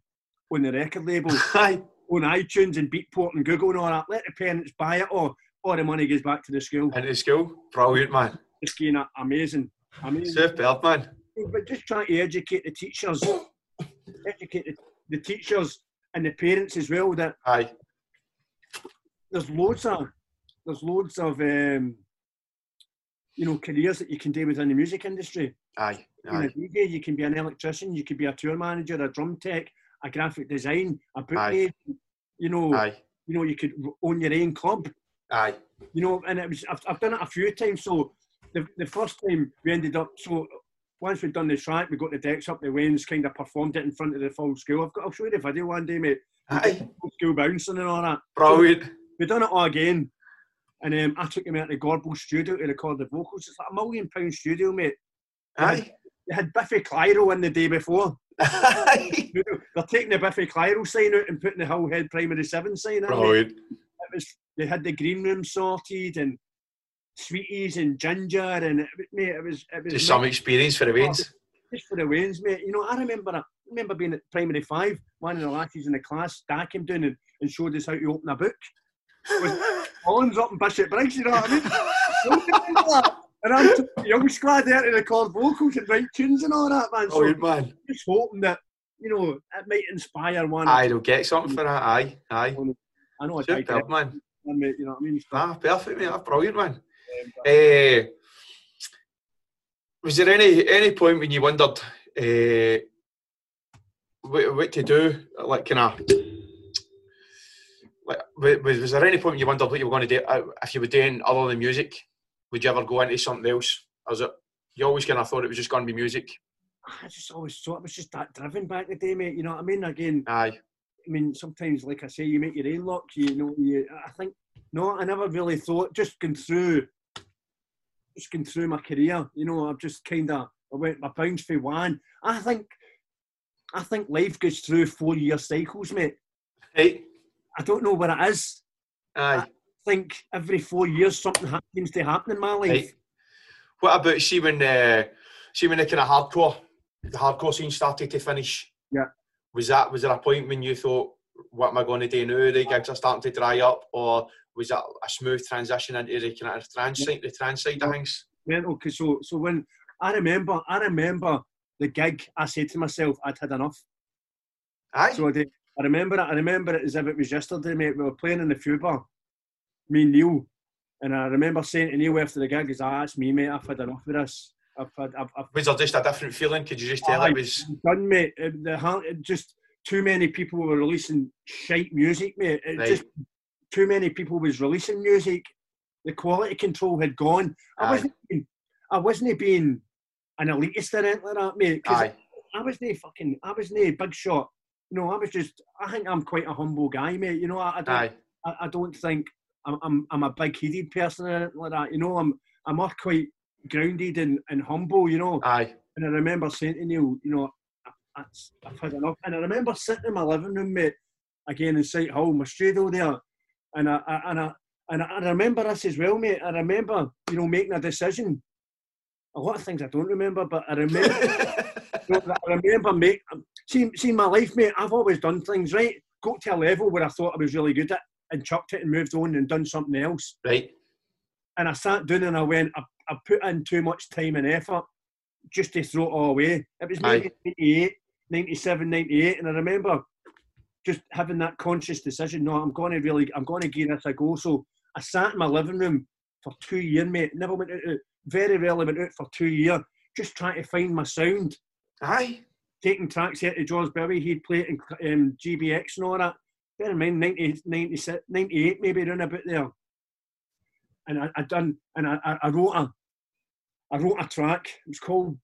on the record label, (laughs) Aye. on iTunes and Beatport and Google and all that. Let the parents buy it, or all the money goes back to the school. Into school. Brilliant, man. It's getting a- amazing, amazing. Superb, man. But just trying to educate the teachers, (coughs) educate the, the teachers and the parents as well that Aye. there's loads of there's loads of um, you know careers that you can do within the music industry. Aye. Being a Aye. DJ, you can be an electrician, you could be a tour manager, a drum tech, a graphic design, a book Aye. agent. You know, Aye. you know, you could r- own your own club. Aye. You know, and it was I've, I've done it a few times. So the, the first time we ended up so once we'd done the track, we got the decks up, the Wayne's kind of performed it in front of the full school. I've got I'll show you the video one day, mate. Aye. Full school bouncing and all that. Brilliant. We done it all again. And um, I took him out to Gorbal studio to record the vocals. It's like a million pound studio, mate. Aye. They had Biffy Clyro in the day before. Aye. They're taking the Biffy Clyro sign out and putting the Hillhead Primary 7 sign out. Brilliant. It was, they had the green room sorted and sweeties and ginger and it, mate, it was it was Just some experience for the wins. just for the wins, mate. You know, I remember I remember being at primary five, one of the lasses in the class, Dak came down and, and showed us how to open a book. (laughs) Collins up in Bishop Briggs, you know what I mean? (laughs) Don't you remember that? and I'm t- the young squad there to record vocals and write tunes and all that, man. So Brilliant, man. just hoping that, you know, it might inspire one. Aye, they'll get something for that. Aye. Aye. I know I died Superb, man. mate, you know what I mean? um, Ah, perfect, mate. That's brilliant, man. Eh, was there any any point when you wondered eh, what, what to do? Like, kind of, like, wa- was, was there any point when you wondered what you were going to do uh, if you were doing other than music? Would you ever go into something else? Or was it you always kind of thought it was just going to be music? I just always thought it was just that driven back in the day, mate. You know what I mean? Again, Aye, I mean, sometimes, like I say, you make your own luck. You know, you, I think no, I never really thought. Just going through, just going through my career. You know, I've just kind of I went my bounds for one. I think, I think life goes through four year cycles, mate. right, I don't know what it is. aye, I think every four years something ha- seems to happen in my life. right. What about see when uh, see when the kind of hardcore the hardcore scene started to finish? Yeah. Was that was there a point when you thought, what am I going to do now? The gigs are starting to dry up, or was that a smooth transition into the kind of trans side, the trans side of things? mental. Cause so so when I remember, I remember the gig. I said to myself, I'd had enough. Aye, So I, did, I remember it. I remember it as if it was yesterday, mate. We were playing in the few bar, me and Neil, and I remember saying to Neil after the gig, "Is ah, that's me, mate. I've had enough of this. I've had, I've, I've was there just a different feeling? Could you just tell Aye. it was? done, mate. It- The heart, it just too many people were releasing shite music, mate. It Right. just too many people was releasing music. The quality control had gone. I Aye. wasn't. Being, I wasn't being an elitist or anything like that, mate. 'cause Aye, I was no fucking, I was no big shot. No, I was just, I think I'm quite a humble guy, mate. You know, I, I don't, aye, I, I don't think I'm, I'm, I'm a big headed person or anything like that. You know, I'm, I'm all quite grounded and, and humble, you know. (laughs) aye, And I remember saying to Neil, you know, I- that's, I've had enough. And I remember sitting in my living room, mate, again in Sight Hall, my studio there. And I, I, and I, and I and I remember this as well, mate. I remember, you know, making a decision. A lot of things I don't remember, but I remember you know, I remember, mate, um, see, see my life, mate, I've always done things right. Got to a level where I thought I was really good at and chucked it and moved on and done something else. right, And I sat down and I went, I, I put in too much time and effort just to throw it all away. It was Aye. 1998, 97, 98, and I remember just having that conscious decision, no, I'm going to really, I'm going to give this a go. So I sat in my living room for two years, mate, never went out, very rarely went out for two years, just trying to find my sound aye, taking tracks out to George Berry. He'd play it in um, GBX and all that. Bear in mind, 90, 97, 98 maybe, around about there. And I, I done, and I, I, I wrote a, I wrote a track. It was called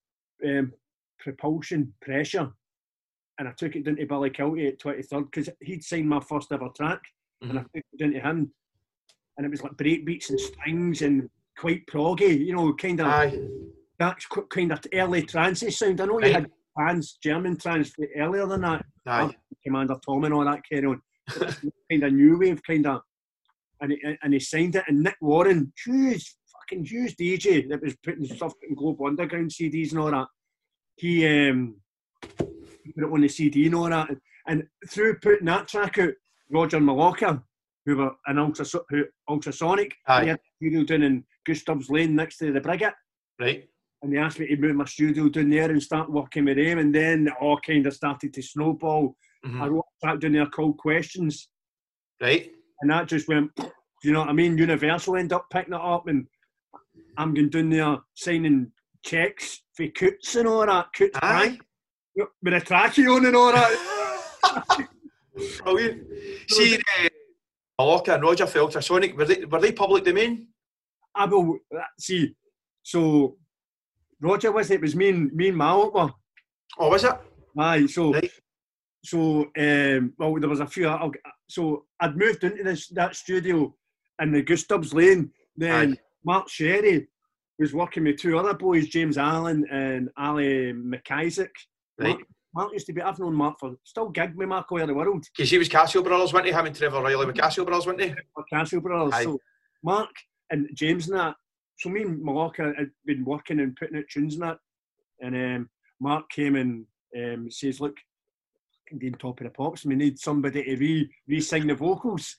um, Propulsion Pressure, and I took it down to Billy Kilty at 23rd because he'd signed my first ever track, and I took it down to him, and it was like break beats and strings and quite proggy, you know, kind of aye, that's qu- kind of early transit sound. I know you Aye. had fans, German trans earlier than that, Aye. Commander Tom and all that carry on. kind of new wave, kind of. And he, and he signed it, and Nick Warren, huge, fucking huge DJ that was putting stuff in Globe Underground CDs and all that. He um, put it on the CD and all that. And through putting that track out, Roger Malocca, who were an ultraso- who, ultrasonic, Aye. he had a studio down in Gustav's Lane next to the Brigate. Right. And they asked me to move my studio down there and start working with them. And then it all kind of started to snowball. I mhm, wrote that down there called Questions. Right. And that just went, (clears throat) do you know what I mean? Universal ended up picking it up. And I'm going down there signing checks for Coots and all that. Coots Aye. Bank with a trackie on and all that. (laughs) Brilliant. See, uh, Malocca and Roger for Ultrasonic, were they, were they public domain? I will see. So Roger was it? It was me and me and Mallet were. Or was it? Aye, so Right. so um, well, there was a few. I'll, so I'd moved into this that studio in the Gustavs Lane. Then Aye. Mark Sherry was working with two other boys, James Allen and Ali McIsaac. Right. Mark used to be. I've known Mark for still gig with Mark all over the world. Because he was Casio Brothers, weren't he? Him and Trevor Riley were Casio Brothers, weren't they? or Castle Brothers. Aye. So Mark and James and that. So me and Malaka had been working and putting out tunes and that. And um, Mark came and um, says, look, fucking Dean Top of the Pops, we need somebody to re- re-sing the vocals.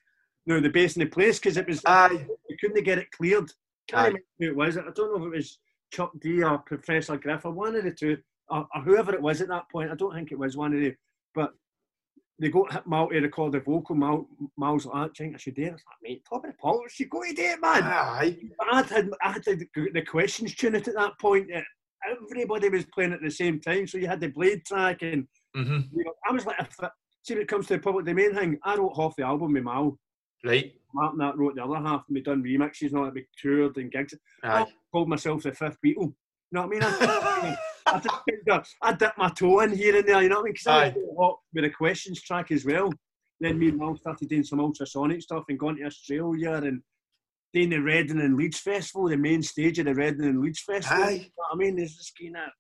No, the bass in the place because it was Aye. we couldn't get it cleared. Can't Aye. remember who it was. I don't know if it was Chuck D or Professor Griff or one of the two or, or whoever it was at that point. I don't think it was one of the. But they go hit Mal to record the vocal. Mal, Mal's like, "Ah, do you think I should do it? I was like, mate, top of the pops, you go to do it, man. Aye. But I'd had, I had the, the questions tuned at that point. uh, Everybody was playing at the same time, so you had the blade track, and hmm you know, I was like, if it, see when it comes to the public domain thing, I wrote half the album with Mal. Right. Martin that wrote the other half and we done remixes and all that we toured and gigs. Aye. Called myself the fifth Beatle. You know what I mean? (laughs) I, I, just kinda- I dipped my toe in here and there, you know what I mean? Because I Aye. did a lot with the questions track as well. Then me and Mal started doing some ultrasonic stuff and going to Australia and doing the Reading and Leeds Festival, the main stage of the Reading and Leeds Festival. You Aye. know what I mean? It's just kind of,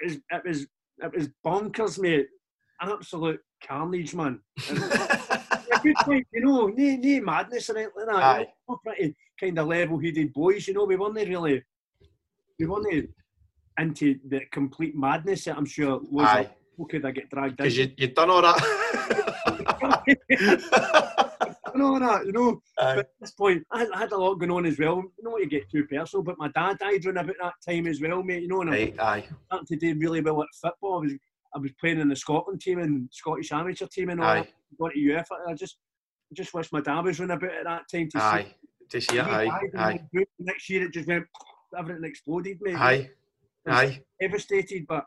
it was, it was, it was bonkers, mate. Absolute carnage, man. It was- a good point, you know, nae, nae madness or anything like that. Aye. You know, we're pretty kind of level-headed boys, you know. We weren't really, we weren't into the complete madness that I'm sure loads Aye. of people could I get dragged Because into. you, you'd done all that. You know that, you know. Aye. But at this point, I had, I had a lot going on as well. You know, you get too personal. But my dad died around about that time as well, mate. You know, and I Right, aye. started to do really well at football. I was, I was playing in the Scotland team and Scottish amateur team and all Aye. that. Got to UEFA. I just, just wish my dad was around about at that time to see Aye. To see it, Yeah, aye. Aye. Next year it just went, everything exploded, mate. Aye. Aye. Devastated, but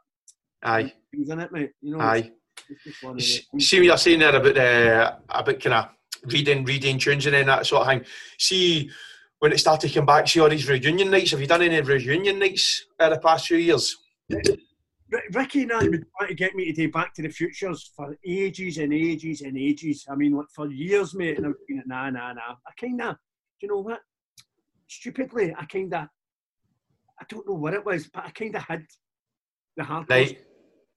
Aye. things in it, mate. You know, Aye. it's just one of S- the See what you're saying there about uh, about kind of reading, reading tunes and then that sort of thing. See when it started coming back. See all these reunion nights. Have you done any reunion nights uh, the past few years? Ri- Ricky and I would try to get me to do Back to the Futures for ages and ages and ages. I mean, like for years, mate. And I've been like, nah, nah, nah. I kind of, do you know what? Stupidly, I kind of, I don't know what it was, but I kind of had the hard Right,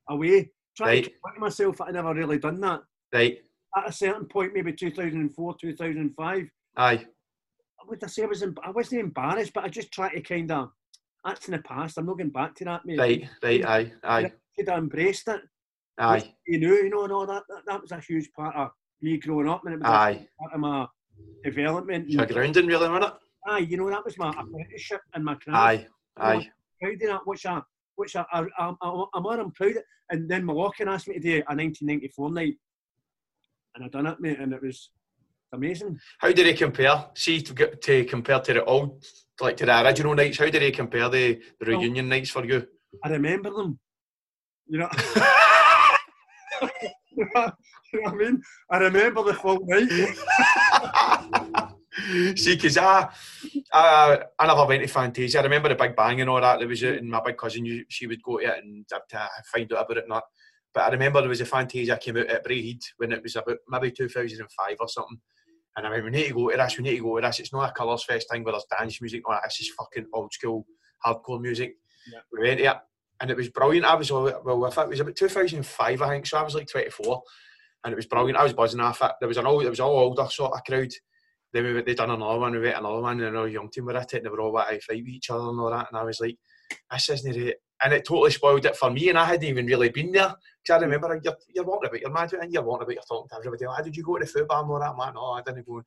away. Trying Right. to convince myself that I never really done that. right, At a certain point, maybe 2004, 2005, aye, would I say I was em- I wasn't embarrassed, but I just tried to kind of that's in the past. I'm not going back to that, mate. right, right, aye, aye, Could I embraced it? aye, You know, you know, and all that, that. That was a huge part of me growing up, and it was a aye. part of my development. It's a grounding, really, wasn't it? aye, you know, that was my apprenticeship and my craft. Aye, aye, proud of that, which I, which I, I, I, I, I'm, I'm proud of. And then Maloccan asked me to do a 1994 night, and I done it, mate, and it was amazing. How do they compare? See to get to compare to the old, like to the original nights. How do they compare the, the Well- reunion nights for you? I remember them. You know, (laughs) you know what I mean? I remember the full night. See, because I, I, "Ah, I never went to Fantasia. I remember the Big Bang and all that. There was it, and my big cousin, you- she would go to it and I'd uh, find out about it and that. But I remember there was a Fantasia came out at Braehead when it was about maybe 2005 or something. And I went, we need to go to this, we need to go to this. It's not a colours fest thing where there's dance music. and all that. This is fucking old school hardcore music. Yeah. We went to it and it was brilliant. I was all well with it. It was about 2005, I think, so I was like 24, and it was brilliant. I was buzzing off it. There was an old, it was all older sort of crowd. Then we they done another one, we went another one, and another young team were at it, and they were all like, fight with each other and all that. And I was like, this isn't it. And it totally spoiled it for me, and I hadn't even really been there. Because I remember you're, you're walking about, you're mad, and you're walking about, you're talking to everybody. Like, did you go to the football and all that? i like, no, I didn't go.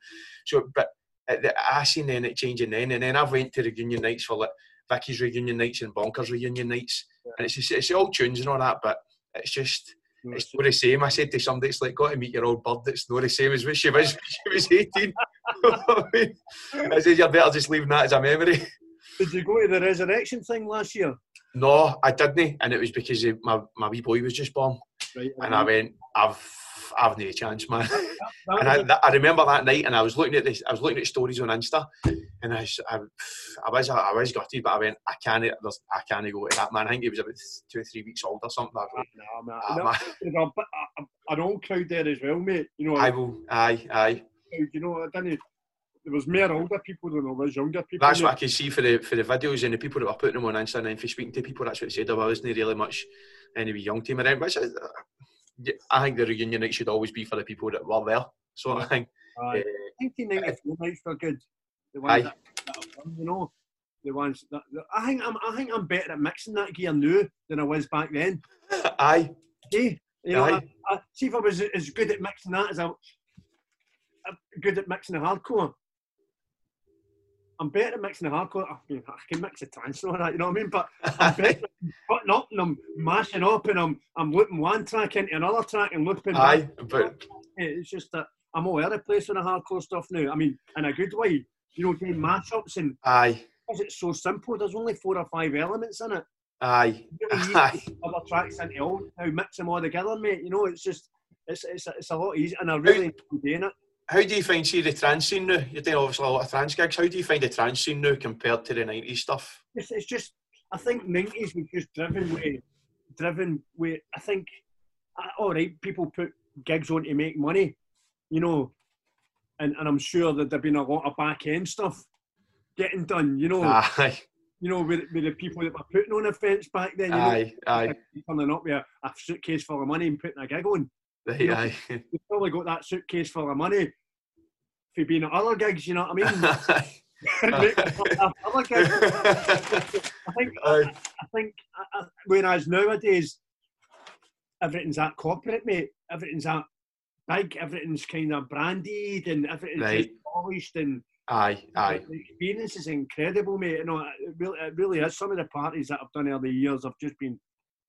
So, but I seen then it changing then, and then I went to reunion nights for like Vicky's reunion nights and Bonkers reunion nights, yeah. and it's just, it's all tunes and all that, but it's just no, it's not the same. I said to somebody, it's like got to meet your old bird. It's not the same as what she was when she was eighteen. (laughs) I, mean, I said you're better just leaving that as a memory. Did you go to the resurrection thing last year? No, I didn't, and it was because my my wee boy was just born, right, and right. Mm-hmm. I went, I've I have no chance, man. and I, that, I, remember that night, and I was looking at this, I was looking at stories on Insta, and I, I, I was, I was gutted, but I went, I can't, I can't go to that man. I think he was about two or three weeks old or something. I nah, Ah, nah, nah, man. an old crowd there as well, mate. You know, I will, aye, aye. You know, I didn't. There was more older people than there was younger people. That's mate. what I could see for the for the videos and the people that were putting them on Insta and for speaking to people. That's what they said. There wasn't really much any young team around, which is, uh, I think the reunion night should always be for the people that were there, sort of thing. Aye. Uh, 1994 uh, nights were good. The ones that, that fun, you know, the ones that, that, I think I'm I think I'm better at mixing that gear now than I was back then. Aye. See, you know, Aye. I, I, Uh, see if I was as good at mixing that as I, am good at mixing the hardcore. I'm better at mixing the hardcore. I, mean, I can mix the trance and all that, you know what I mean? But I'm better putting up and I'm mashing up and I'm I'm looping one track into another track and looping. Aye, back. but it's just that I'm all over the place with the hardcore stuff now. I mean, in a good way, you know, doing mashups and aye, because it's so simple. There's only four or five elements in it. Aye, really aye. Other tracks into old now, mix them all together, mate. You know, it's just it's it's it's a lot easier, and I really enjoy doing it how do you find see the trans scene now? You're doing obviously a lot of trans gigs. How do you find the trans scene now compared to the nineties stuff? It's, it's, just I think nineties was just driven with driven with I think uh, all right, people put gigs on to make money, you know, and, and I'm sure that there'd been a lot of back end stuff getting done, you know. Aye. You know, with, with the people that were putting on a fence back then, you aye, know, (laughs) aye. turning up with a, a suitcase full of money and putting a gig on. You (laughs) know, you probably got that suitcase full of money for being at other gigs, you know what I (laughs) mean? other gigs. I think, I, I think I, whereas nowadays, everything's that corporate, mate. Everything's that big, everything's kind of branded and everything's right. polished and Aye, aye. The experience is incredible, mate. You know, it really, it really is. Some of the parties that I've done over the years have just been,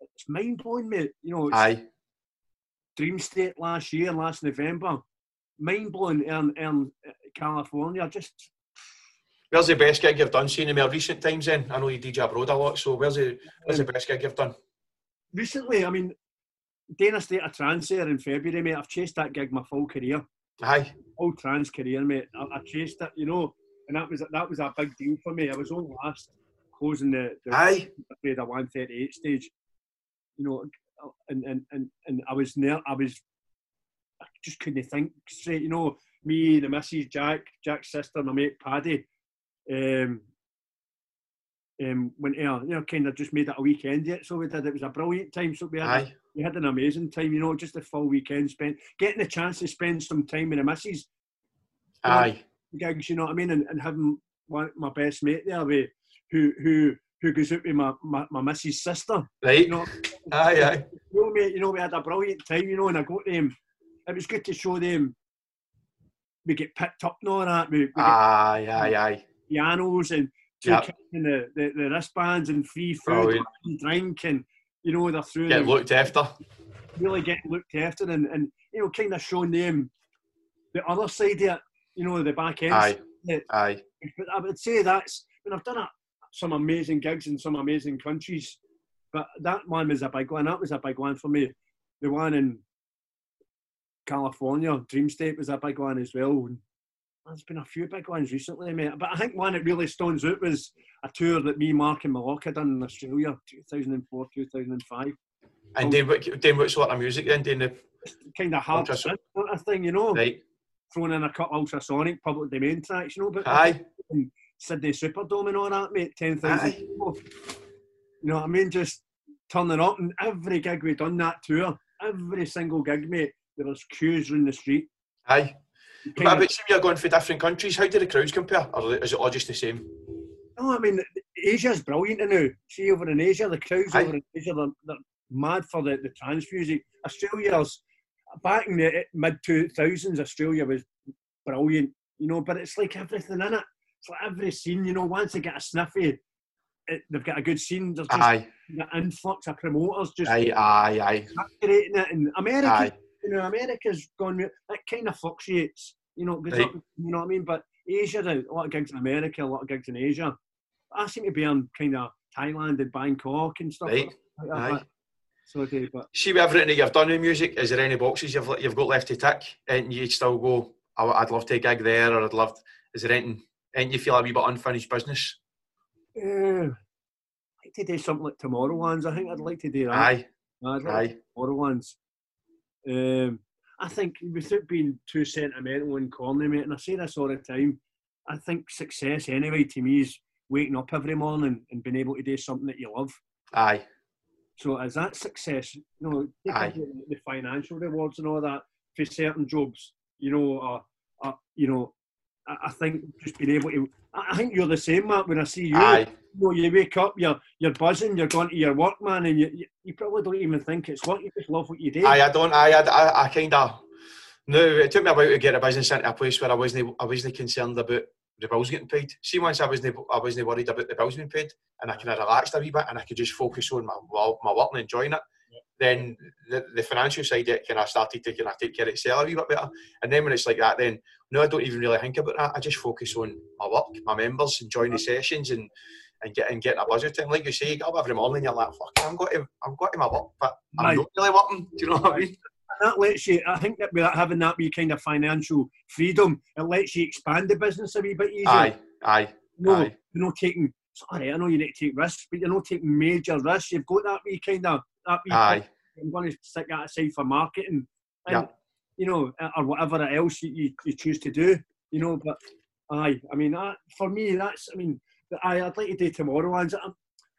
it's mind blowing, mate. You know, aye. Dream State last year, last November. Mind blowing in, in uh, California. Just where's the best gig you've done? Seen in more recent times? Then I know you DJ abroad a lot. So where's the where's the best gig you've done? Recently, I mean, Dana State of Trance there in February, mate. I've chased that gig my full career. Aye. Whole trans career, mate. I, I, chased it, you know, and that was that was a big deal for me. I was on last, closing the, the Aye. the 138 stage. You know, and and and, and I was ner- I was I just couldn't think straight. You know, me, the missus, Jack, Jack's sister, my mate Paddy, um, um, went there. You know, kind of just made it a weekend yet. So we did. It was a brilliant time. So we had Aye. we had an amazing time. You know, just a full weekend spent, getting the chance to spend some time with the missus. Aye. Gigs, you know what I mean, and, and having one, my best mate there, with, who who who goes out with my, my, my missus' sister. Right. You know, aye, aye. You know, mate, you know, we had a brilliant time, you know, and I got them. It was good to show them we get picked up and all that. We, we aye, aye, aye. Pianos and two yep. and the, the, the, wristbands and free food brilliant. and drink and, you know, they're through. Get looked after. Really getting looked after and, and, you know, kind of showing them the other side of it, you know, the back end. Aye, aye. But I would say that's, when I've done it, some amazing gigs in some amazing countries. But that one was a big one. That was a big one for me. The one in California, Dream State, was a big one as well. There's been a few big ones recently, mate. But I think one that really stands out was a tour that me, Mark, and Malok had done in Australia, 2004, 2005. And doing what, doing what sort of music then? Doing the kind of hard sort of thing, you know? Right. Throwing in a couple ultrasonic public domain tracks, you know? But Aye. And, Sydney Superdome and all that, mate. Ten thousand people. You know what I mean? Just turning up, and every gig we done that tour, every single gig, mate, there was queues in the street. Aye. But, I bet see, you're going for different countries. How do the crowds compare, or is it all just the same? No, I mean Asia's brilliant now. See over in Asia, the crowds Aye. over in Asia, they're, they're mad for the, the trance music. Australia's back in the mid two thousands, Australia was brilliant, you know. But it's like everything in it. It's like every scene, you know. Once they get a sniffy, it, they've got a good scene. There's just Aye, an influx of promoters just aye, aye, aye, saturating it. And America, aye. you know, America's gone. It kind of fluctuates, you know. it goes Right. up, you know what I mean? But Asia, there's a lot of gigs in America, a lot of gigs in Asia. I seem to be in kind of Thailand and Bangkok and stuff. Right, Like that. aye. So I do, but See, with everything that you've done with music, is there any boxes you've you've got left to tick, and you still go, oh, I'd love to gig there, or I'd love. Is there anything, and you feel a wee bit unfinished business? uh, I'd like to do something like Tomorrowlands. I think I'd like to do that. Aye, I'd like aye, Tomorrowlands. Um, I think without being too sentimental and corny, mate, and I say this all the time, I think success anyway to me is waking up every morning and being able to do something that you love. aye, So is that success? You know, take Aye. out the financial rewards and all that for certain jobs. You know, uh, uh, you know, I, I think just being able to. I I think you're the same, Matt. When I see you, aye. you know, you wake up, you're you're buzzing, you're going to your work, man, and you you, you probably don't even think it's work. You just love what you do. Aye, I don't. Aye, I, I, I kind of. No, it took me about to get a business into a place where I wasn't. I wasn't concerned about the bills getting paid. See, once I wasn't. I wasn't worried about the bills being paid, and I kind of relaxed a wee bit, and I could just focus on my wo- my work and enjoying it. Then the, the financial side of it kind of started to kind of take care of itself a wee bit better. And then when it's like that, then no, I don't even really think about that. I just focus on my work, my members, enjoying the sessions, and and getting getting a budget. And like you say, you get up every morning, you're like, fuck, I'm going to I'm going to my work, but I'm Aye. not really working. Do you know what I mean? And that lets you. I think that without having that wee kind of financial freedom, it lets you expand the business a wee bit easier. Aye, aye, No, aye. you're not taking. Sorry, I know you need to take risks, but you're not taking major risks. You've got that wee kind of that wee. aye, I'm going to stick that aside for marketing, and Yeah. you know, or whatever else you, you, you choose to do, you know. But aye, I mean, that, for me, that's I mean, the- aye, I'd like to do tomorrow, and I'm,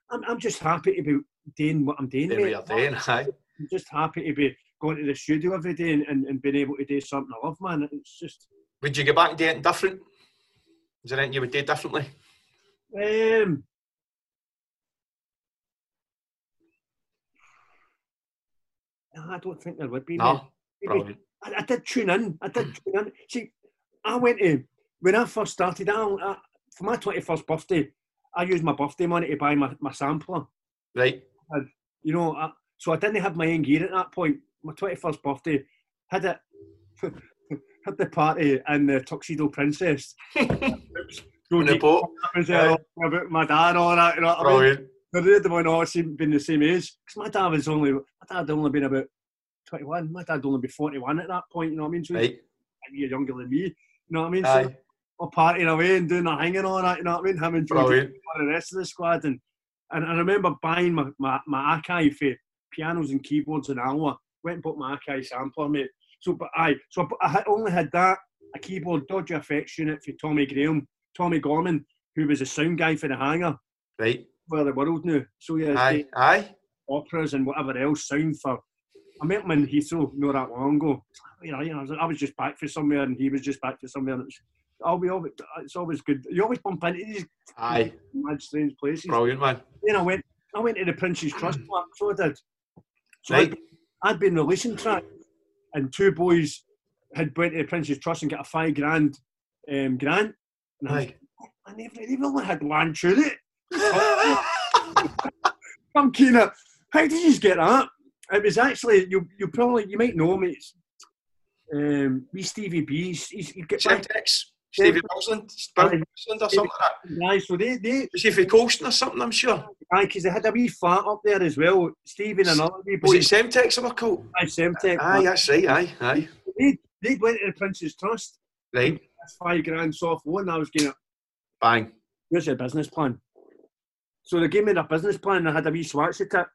I'm, I'm just happy to be doing what I'm doing. Doing what mate. you're doing, aye. I'm just happy to be going to the studio every day and, and, and being able to do something I love, man. It's just, Would you go back and do anything different? Is there anything you would do differently? um, I don't think there would be. mate. No, Maybe- brilliant. I, I did tune in. I did tune in. See, I went to when I first started. I, I for my twenty first birthday, I used my birthday money to buy my, my sampler. Right, You know, I, so I didn't have my own gear at that point. My twenty first birthday had it. (laughs) Had the party and the (laughs) tuxedo princess. on the boat, That was uh, about my dad, and all that. You know what I mean? brilliant. But they the one all seemed been the same age. Because my dad was only my dad had only been about twenty one. My dad'd only be forty one at that point, you know what I mean? So he's Right, a year younger than me, you know what I mean? So aye, we're partying away and doing our hanging on that, you know what I mean? Him and Jordan brilliant. for the rest of the squad. And, and I remember buying my, my, my archive for pianos and keyboards an hour. Went and bought my archive sampler, mate. So, but I, so I, bu- I had- only had that, a keyboard, Dodge FX unit for Tommy Graham, Tommy Gorman, who was a sound guy for the hangar, Right, where the world knew. So, yeah, aye, aye, operas and whatever else sound for. I met him in Heathrow not that long ago. You know, you know, I was- I was just back for somewhere and he was just back for somewhere. And it's, I'll be always, it's always good. You always bump into these aye, mad, strange places. brilliant man. Then I went, I went to the Prince's Trust Club, so I did. So Mm. Right, I'd, I'd been releasing tracks, and two boys had went to the Prince's Trust and got a five grand um, grant. And I was aye. and they've, they've only had one tune (laughs) it. I'm keen at, how did you get that? It was actually, you you probably, you might know me, it's um, wee Stevie B, he's, he's, he get Jim back Tex, Stevie Bursland, Bill Bursland or something like that. guys, so they, they, Was he for Colston or something, I'm sure? aye, 'cause they had a wee flat up there as well, Stevie and another wee Was boy, it Semtex or Colt? aye, Semtech, Aye, that's right, aye, aye. they, they went to the Prince's Trust, Right, that's five grand soft loan, I was going, bang, here's your business plan. So they gave me their business plan and I had a wee swatch at it.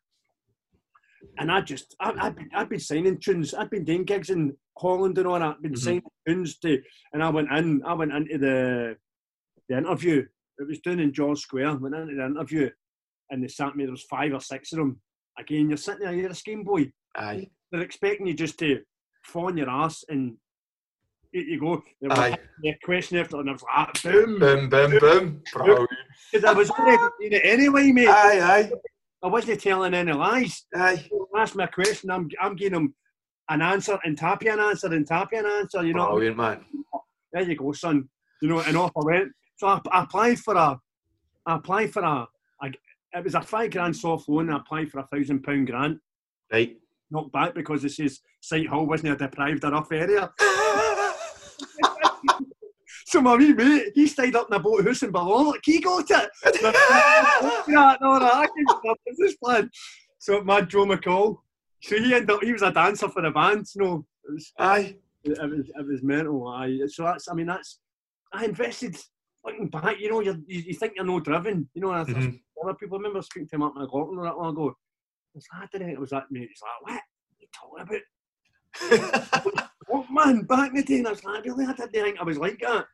And I just, I, I've, been, I've been signing tunes. I've been doing gigs in Holland and all that. I've been Mhm. signing tunes to, and I went in, I went into the the interview It was down in George Square. Went into the interview, and they sat me. There was five or six of them. Again, you're sitting there. You're a scheme boy. Aye. They're expecting you just to fawn your ass and here you go. They were Aye. asking me a question after, and I was like, ah, boom. Boom, boom, boom. Brilliant. Because I was already doing it anyway, mate. Aye, I wasn't telling any lies. aye, aye. Ask me a question, I'm, I'm giving them an answer and tapping an answer and tapping an answer. You know, Brilliant, man. there you go, son. You know, and off I went. So I, I applied for a, I applied for a, a, it was a five grand soft loan. I applied for a thousand pound grant, Right. knocked back because this is Site Hall wasn't a deprived enough area. So my wee mate, he's tied up in a boathouse in Balon. Like, he got it. yeah, no, no, I can my business plan. So my Joe McCall. So he ended up. He was a dancer for the band. You know, it was, aye. it was, it was mental. I so that's. I mean, that's. I invested. Looking back, you know, you're, you you think you're no driven. You know, and I, I- Mhm. other people. I remember speaking to Mark McLaughlin not long ago. I was like, I didn't think it was that mate. He's like, what? you talking about? What "Oh, man? Back in the day, and I was like, really, I didn't think I was like that.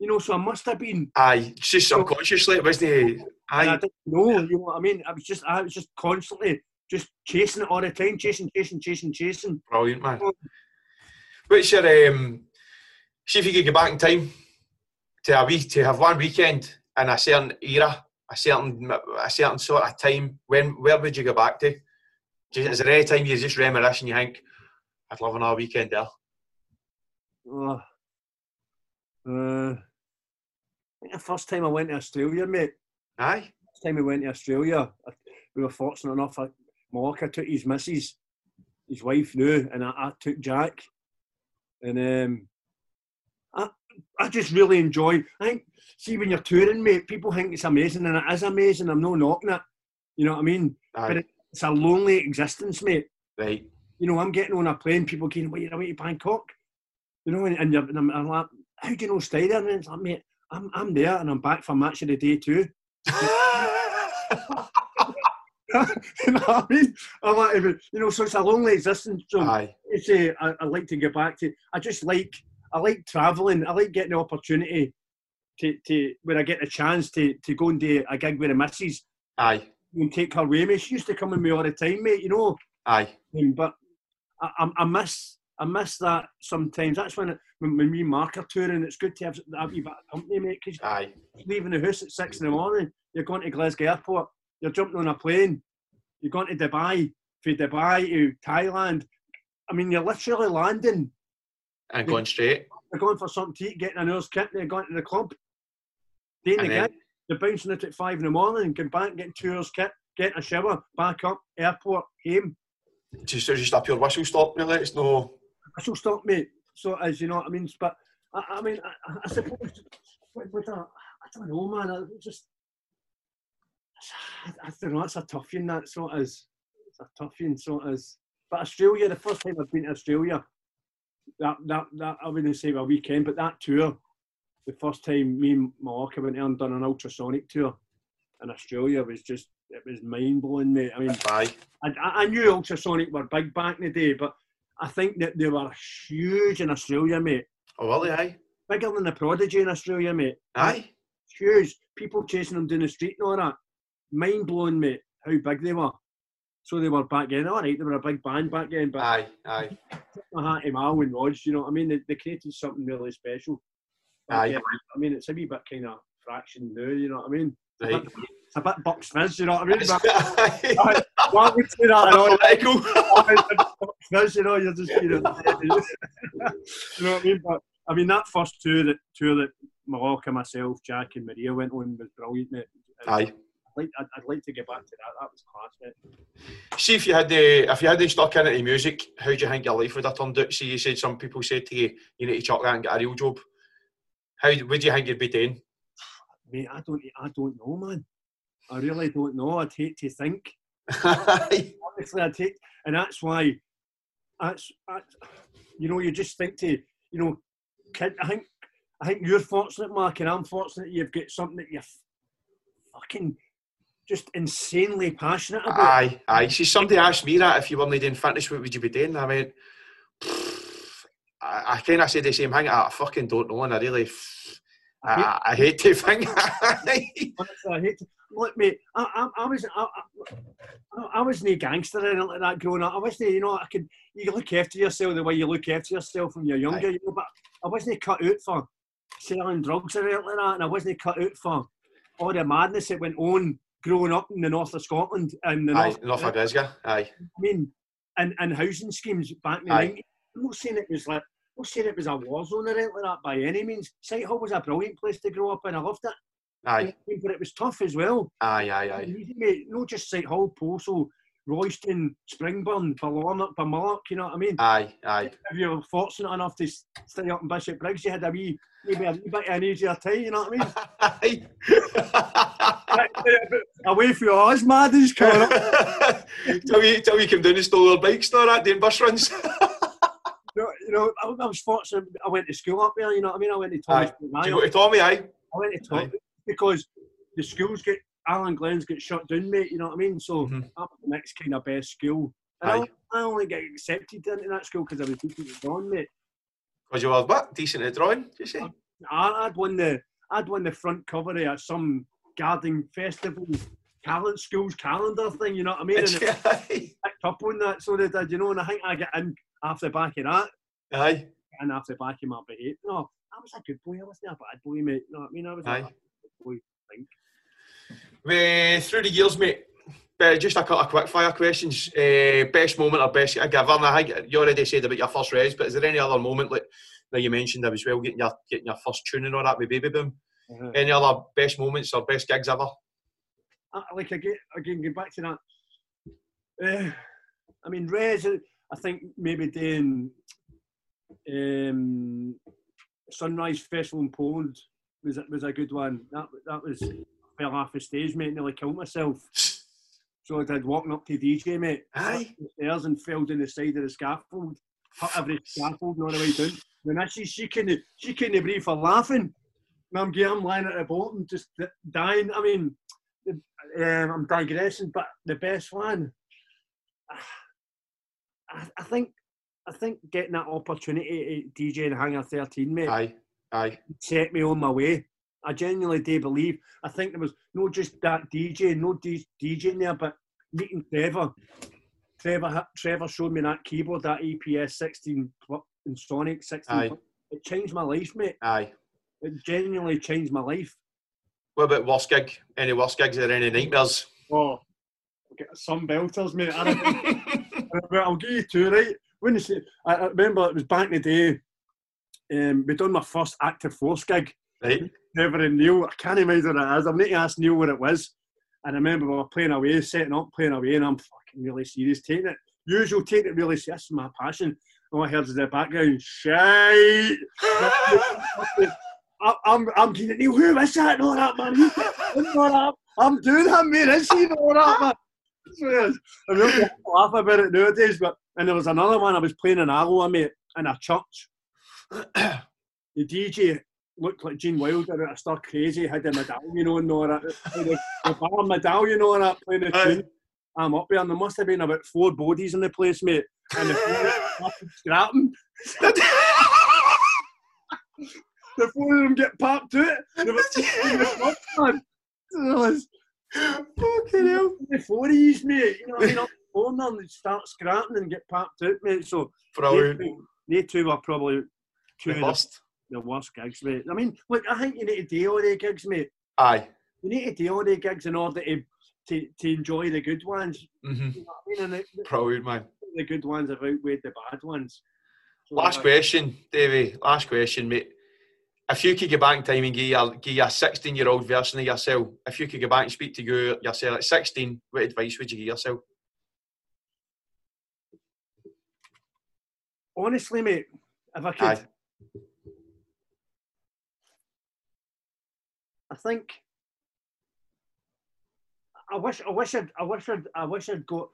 You know, so I must have been Aye. It's just subconsciously, it wasn't it? And I Aye. didn't know, you know what I mean? I was just I was just constantly just chasing it all the time, chasing, chasing, chasing, chasing. Brilliant, man. What's your, um, see if you could go back in time to a week, to have one weekend in a certain era, a certain, a certain sort of time, when, where would you go back to? Just, is there any time you just reminisce and you think, I'd love another weekend there? Oh. Uh, I think the first time I went to Australia, mate. Aye. First time we went to Australia, I- we were fortunate enough. I, Malak, I took his missus, his wife knew, and I, I took Jack. And um, I, I just really enjoy. I think, see, when you're touring, mate, people think it's amazing, and it is amazing. I'm no knocking it. You know what I mean? Aye. it's a lonely existence, mate. Right. You know, I'm getting on a plane, people going, well, you're away to Bangkok. You know, and, and, you're, and I'm, I'm like, how do you know stay there? And it's like, mate, I'm, I'm there and I'm back for match of the day too. (laughs) you know what I mean? I'm like, if it- you know, so it's a lonely existence. So Aye. it's a, I, I like to get back to, I just like, I like travelling. I like getting the opportunity to, to when I get the chance to, to go and do a gig with the missus Aye. and take her with me. She used to come with me all the time, mate, you know. Aye. Um, but I, I- I miss I miss that sometimes. That's when it, when, when we mark are touring, it's good to have that wee bit of company, mate. Because Aye. you're leaving the house at six in the morning, you're going to Glasgow Airport, you're jumping on a plane, you're going to Dubai, from Dubai to Thailand. I mean, you're literally landing. And going straight. You're going for something to eat, getting an hour's kit, then going to the club. Then And then- again, you're bouncing out at five in the morning, going back, getting two hours kit, getting a shower, back up, airport, home. Just, it's just a pure whistle stop, really. It's no. whistle stop, mate. So as you know what I mean. But I, I mean, I, I suppose with, with a, I don't know, man. I was just I, don't know. That's a tough one. That sort of is. It's a tough one. Sort of is. But Australia, the first time I've been to Australia, that that that I wouldn't say a weekend, but that tour, the first time me and Malaka went there and done an ultrasonic tour in Australia was just it was mind blowing, mate. I mean. Aye. I, I I knew ultrasonic were big back in the day, but I think that they were huge in Australia, mate. Oh, well, aye. Bigger than the Prodigy in Australia, mate. Aye. Huge. People chasing them down the street and all that. Mind blowing, mate, how big they were. So they were back then. All right, they were a big band back then, but Aye. Aye. my hat to Mal and Rodge, you know what I mean? They, they created something really special. But, Aye. yeah, I mean, it's a wee bit kind of fraction now, you know what I mean? (laughs) Right. It's a bit Bucks Fizz, you know what (laughs) I mean? But Aye. why would you say that? at all? Political. That's you know, you're just you know, you know what I mean. But I mean that first tour that tour that Malaka, myself, Jack, and Maria went on was brilliant. Mate. Aye. I'd like, I'd, I'd like to get back to that. That was class, mate. See if you had the if you had the stuck in at the music, how do you think your life would have turned out? See, you said some people said to you, you need to chuck that and get a real job. How would you think you'd be doing? (laughs) Mate, I don't, I don't know, man. I really don't know. I'd hate to think. Aye. Honestly, I'd hate, and that's why. That's, that's you know, you just think to, you know, kid. I think, I think you're fortunate, Mark, and I'm fortunate. You've got something that you're fucking just insanely passionate about. aye, aye. See, somebody asked me that if you weren't doing fitness, what would you be doing? I went, "Pfft." I, I kind of said the same thing. I fucking don't know, and I really, f- I, I hate to think. (laughs) Aye. Honestly, I hate to, look, mate. I, I, I was I, I, I wasn't a gangster or anything like that growing up. I wasn't, you know, I could you look after yourself the way you look after yourself when you're younger, you know. But I wasn't cut out for selling drugs or anything like that, and I wasn't cut out for all the madness that went on growing up in the north of Scotland and the north. North of Glasgow. Aye. I mean, and, and housing schemes back in the Aye. 90s. I'm not saying it was like, I'm not saying it was a war zone or anything like that by any means. Sighthill was a brilliant place to grow up and I loved it. Aye. But it was tough as well. Aye. Aye. It Aye. was easy, mate. Not just Sighthill, Postal, Royston, Springburn, Ballarnock, Balmarlock, you know what I mean? Aye. Aye. If you were fortunate enough to s- stay up in Bishop Briggs, you had a wee, maybe a wee bit of an easier time, you know what I mean? Aye. (laughs) (laughs) Away from us, madness coming up. tell me, tell me, you came down and stole our bikes now, that day in bus runs. You know, you know I, I was fortunate. I went to school up there, you know what I mean? I went to Aye. Thomas Do Aye. you go to Tommy? Aye. I went to top because the schools get Alan Glenn's get shut down, mate. You know what I mean? So Mhm. I'm the next kind of best school. And Aye. I, I only get accepted into that school because I was decent at drawing, mate. Because you were what? Decent at drawing, did you say? I, I'd won the I'd won the front cover at some gardening festival talent schools calendar thing. You know what I mean? And it (laughs) Aye. picked up on that, so they did. You know, and I think I got in after the back of that Aye. and after the back of my behaviour. No, I was a good boy. I wasn't a bad boy, mate. You know what I mean? I was a Aye. good boy. Eh, through the years, mate. eh, just a couple of quick fire questions. Eh, best moment or best giver? And I think you already said about your first res, but is there any other moment like that you mentioned as well, getting your getting your first tune and all that with Baby Boom? Uh-huh. Any other best moments or best gigs ever? I- like again, again, get back to that. Uh, I mean, Rez, uh, I think maybe doing um, Sunrise Festival in Poland was a- was a good one. That that was I fell off the stage, mate, nearly killed myself. So I did walking up to DJ, mate, Aye. the stairs and fell down the side of the scaffold, cut every scaffold and all the way down. And I see she couldn't she couldn't breathe for laughing. And I'm, getting- I'm lying at the bottom, just d- dying. I mean, um, I'm digressing, but the best one, (sighs) I, I think, I think getting that opportunity at DJ and Hangar 13, mate, Aye. Aye. set me on my way. I genuinely do believe. I think there was not just that DJ, no D- DJ in there, but meeting Trevor. Trevor, ha- Trevor showed me that keyboard, that E EPS 16 pl- and Sonic 16. Aye. pl- It changed my life, mate. Aye. It genuinely changed my life. What about worst gig? Any worst gigs or any nightmares? Oh, some belters, mate. I don't Well, I'll give you two, right? When you say, I I remember it was back in the day, um, we done my first active force gig, Right. never in Neil. I can't remember what it is. I'm not to ask Neil what it was. And I remember we were playing away, setting up, playing away, and I'm fucking really serious, taking it. Usual, taking it really serious. This is my passion. All I heard is the background, shite. I- I'm, I'm getting Neil, who is that? No, that man. Who's that? Who's that? I'm doing him, man. Is he all that, man? Swears. I really have to laugh about it nowadays, but and there was another one I was playing an alloa mate in a church. (clears throat) the DJ looked like Gene Wilder out of Stir Crazy, had a medallion on and all that. Had a- a bar medallion on that playing the Aye. tune. I'm up there and there must have been about four bodies in the place, mate. And the four fucking scrapping. (laughs) The four of them get papped out. There (laughs) was two in the front, man. There was Fucking hell. the four of these, mate. You know what I mean? Up the corner and they start scrapping and get papped out, mate. So Brilliant. They two, they two were probably two The of the, worst. the worst gigs, mate. I mean, look, I think you need to do all the gigs, mate. Aye. You need to do all the gigs in order to, to, to enjoy the good ones. Mm-hmm. You know what I mean? And the, Brilliant, man. the good ones have outweighed the bad ones. So, Last uh, question, Davey. Last question, mate. If you could go back in time and give your, give your 16 year old version of yourself, if you could go back and speak to you, yourself at 16, what advice would you give yourself? Honestly, mate, if I could, Aye. I think I wish I wish I'd I wish I'd I wish I'd got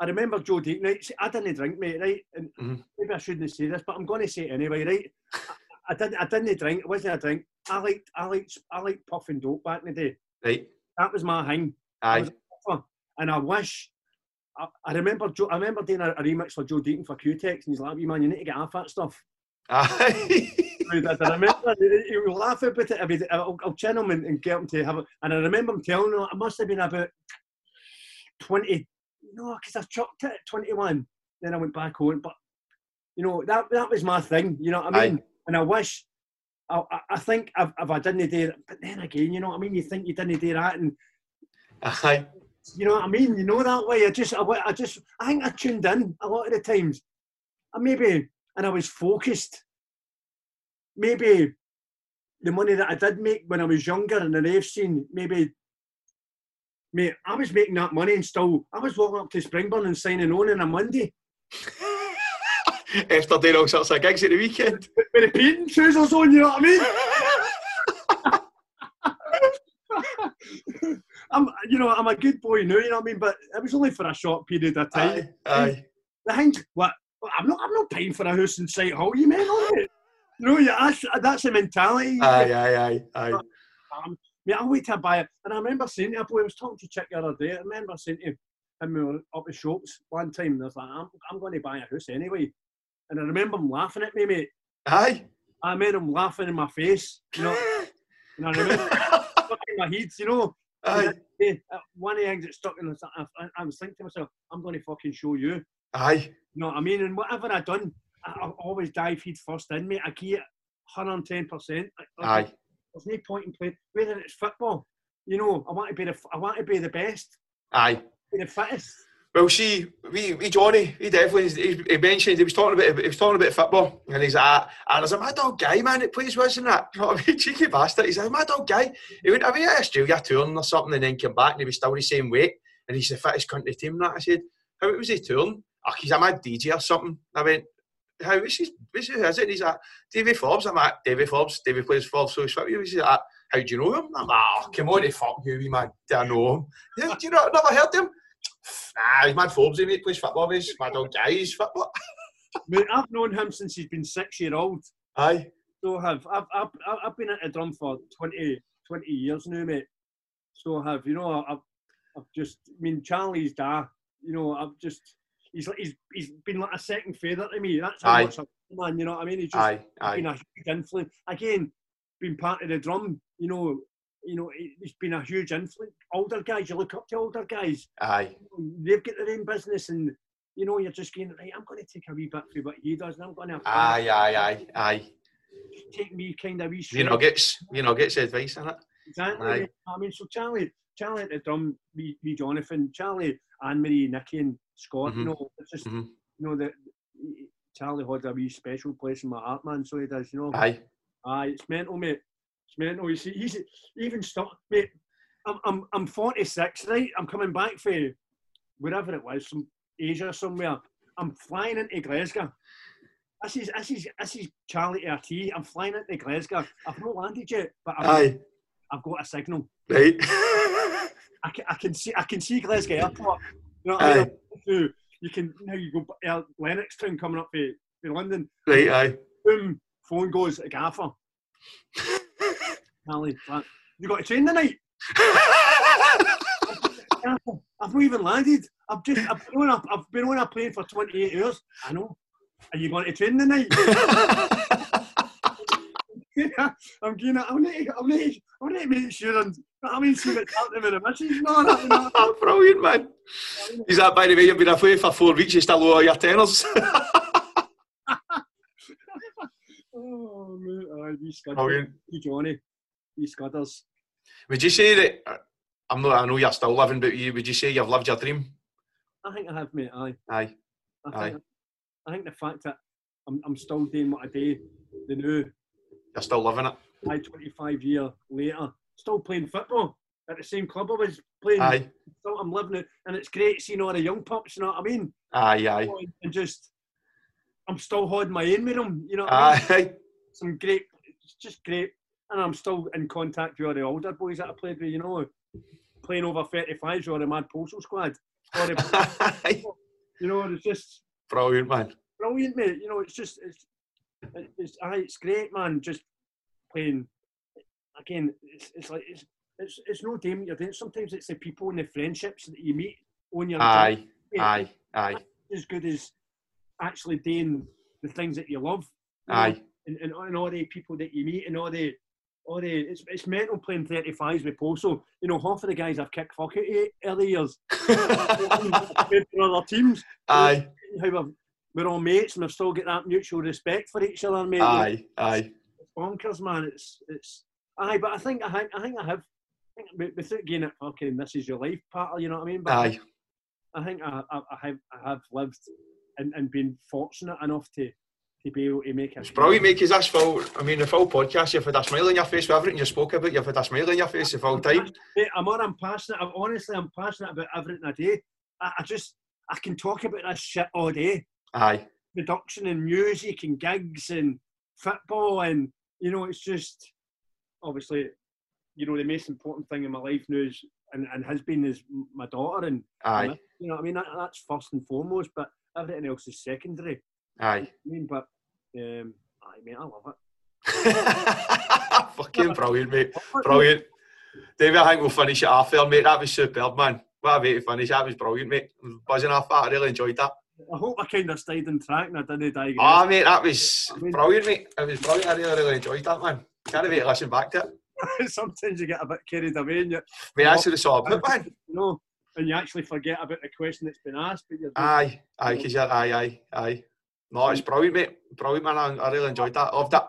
I remember Joe Deaton, right? See, I didn't drink, mate, right? And Mhm. maybe I shouldn't say this, but I'm gonna say it anyway, right? I, I didn't I didn't drink, it wasn't a drink. I liked I liked I liked puffing dope back in the day. Right? That was my thing. Aye. And I wish I, I remember Joe I remember doing a, a remix for Joe Deaton for Q Tex and he's like, you man, you need to get off that stuff. Aye. (laughs) played that. I remember he would laugh about it every day. I'll, I'll channel him and, and get him to have it. And I remember him telling him, I must have been about 20, no, because I chucked it at 21. Then I went back home. But, you know, that that was my thing, you know what I mean? Aye. And I wish, I, I- I think if, if I didn't do that, but then again, you know what I mean? You think you didn't do that and Aye. You know what I mean? You know that way. I just, I, wa- I just, I think I tuned in a lot of the times. I maybe, and I was focused. Maybe the money that I did make when I was younger in the rave scene, maybe, mate, I was making that money and still, I was walking up to Springburn and signing on on a Monday After doing all sorts of gigs at the weekend. with with the painting trousers on. You know what I mean? (laughs) I'm, you know, I'm a good boy now. You know what I mean? But it was only for a short period of time. Aye. Aye. the hinge. What? Well, I'm not. I'm not paying for a house in Sight Hall. You men on it. No, yeah, that's that's the mentality. Aye. Aye. Aye. Aye. Um, mate, I'll wait till I buy it. And I remember saying to a boy, I was talking to a chick the other day. I remember saying to him, and we were up at shops one time. And I was like, I'm, I'm going to buy a house anyway. And I remember him laughing at me, mate. Aye. I made him laughing in my face. You (laughs) know, and I remember fucking my head. You know, Aye. Eh, uh, one of the things that stuck in the. I, I- I was thinking to myself, I'm going to fucking show you. Aye. You know what I mean? And whatever I done, I, I always dive head first in, mate. I give it 110 percent. Aye. There's no point in playing. Whether it's football, you know, I want to be the f- I want to be the best, Aye. be the fittest. (laughs) Well, see, we, we Johnny, he definitely he, he mentioned he was talking about he was talking about football, and he's like, and he's a mad old guy, man. It plays was and that, (laughs) you know what I mean? Cheeky bastard. He's a mad old guy. He went away to Australia touring or something, and then came back, and he was still the same weight, and he's the fittest country team. and That I said, how was he touring? Oh, he's a mad DJ or something. I went, how is he? Is he is it? And he's like, Davy Forbes. I'm like, Davy Forbs. Davy plays Forbes. So he's fit with you. He's like, how do you know him? I'm like, oh, come on, you fuck you, wee man. Do I know him? (laughs) Yeah, do you know? Never heard of him. Nah, he's mad Forbes, mate. Plays football, he's mad old guy, he's football. Mate, I've known him since he's been six year old. Aye, So have I've I've, I've I've been at a drum for 20, 20 years now, mate. So have you know? I've I've just. I mean, Charlie's da. You know, I've just. He's like he's he's been like a second feather to me. That's how Aye. much I man. You know what I mean? He's just. aye, aye, been a huge influence. Again, been part of the drum, you know, you know, it- it's been a huge influence. Older guys, you look up to older guys, aye, they've got their own business and you know, you're just going, right, I'm gonna take a wee bit for what he does and I'm gonna aye, aye, aye, aye. take me kind of wee You know, gets you know, gets advice on it. Exactly. Aye. mate. I mean, so Charlie, Charlie at the drum, me, me Jonathan, Charlie, Anne Marie, Nicky, and Scott. Mhm. You know, it's just Mhm. you know that Charlie had a wee special place in my heart, man. So he does. You know, Aye, Aye, it's mental, mate. It's mental. You see, he's even stop, mate. I'm I'm I'm 46, right? I'm coming back for wherever it was, from Asia somewhere. I'm flying into Glasgow. This is this is this is Charlie RT. I'm flying into Glasgow. I've not landed yet, but I've, aye, I've got a signal. right. (laughs) I can, I can see I can see Glasgow Airport. You know what I mean? aye, Through- You can now you go b- uh, Lennox Town coming up to, to London. right, aye. Boom, phone goes to Gaffer. Charlie, that- you got a train tonight? Careful, I've not even landed. I've just I've been on a, I've been on a plane for 28 hours. I know. Are you going to train tonight? (laughs) I'm going to, I'm going to, I'm going to, I'm going to make sure I'm, I mean, see what's happening with the missus. No, no, no. Oh, Brilliant, man. Is that by the way you've been away for four weeks? You still owe all your tenors. Oh, mate, aye, these scudders. (laughs) Brilliant. You, Johnny, these scudders. Would you say that? uh, I'm not. I know you're still living, but you would you say you've lived your dream? I think I have, mate, aye. Aye, I think, I think the fact that I'm, I'm still doing what I do, the new, you're still living it. aye, 25 year later, still playing football at the same club I was playing. Aye, So I'm living it, and it's great seeing all the young pups. You know what I mean? aye, aye, And just, I'm still holding my aim with them. You know, what I mean? aye. (laughs) some great, it's just great, and I'm still in contact with all the older boys that I played with. You know, playing over 35s or the Mad Postal Squad. Or the, (laughs) aye. you know, it's just Brilliant, man. brilliant, mate. You know, it's just, it's, it's, aye, it's great, man. Just playing. Again, it's, it's like it's, it's, it's no game you're doing. Sometimes it's the people and the friendships that you meet on your journey. Aye, Yeah. aye, aye, as good as actually doing the things that you love. you know? (laughs) aye, and, and, and all the people that you meet and all the all the it's, it's mental playing 35s with Paul. So, you know, half of the guys I've kicked fuck out of early (laughs) years. played for other teams. Aye. How I've, we're all mates and we've still got that mutual respect for each other, mate. Aye, aye. It's bonkers, man. It's it's aye, but I think I think I think I have I think without getting it fucking this is your life part, you know what I mean? But Aye. I think I, I, I have I have lived and, and been fortunate enough to to be able to make it. It's brilliant, mate, because that's full. I mean, the full podcast, you've had a smile on your face with everything you spoke about, you've had a smile on your face the full time. Mate, I'm on, I'm passionate. I'm, honestly, I'm passionate about everything I do. I, I just, I can talk about this shit all day. Aye. Production and music and gigs and football and, you know, it's just, obviously, you know, the most important thing in my life now is, and, and has been, is my daughter. And, Aye. you know what I mean? That, that's first and foremost, but everything else is secondary. Aye. I mean, but, um, I mean, I love it. (laughs) Fucking brilliant, mate. Brilliant. David, I think we'll finish it off there, mate. That was superb, man. What a way to finish. That was brilliant, mate. Buzzing off that. I really enjoyed that. I hope I kind of stayed on track and I didn't digress. Ah, mate, that was brilliant, mate. It was brilliant. I really, really enjoyed that, man. Can't wait to listen back to it. (laughs) Sometimes you get a bit carried away and you, Mate, I should have saw a bit, man. you know, and you actually forget about the question that's been asked. But you're doing, Aye, aye, because you're aye, aye, aye. No, it's brilliant, mate. Brilliant, man. I, I really enjoyed that. Loved it.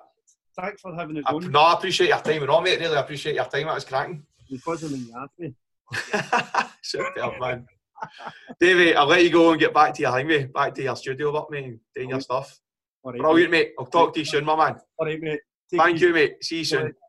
thanks for having us I, on. no, I appreciate your time and all, mate. Really appreciate your time. That was cracking. (laughs) Because of when you asked me. Superb, man. Davey, I'll let you go and get back to your thing, mate. Back to your studio work, mate, and doing your stuff. All right, Brilliant, mate. I'll talk to you soon, my man. mate. All right, mate. Take it Thank easy. you, mate. See you soon.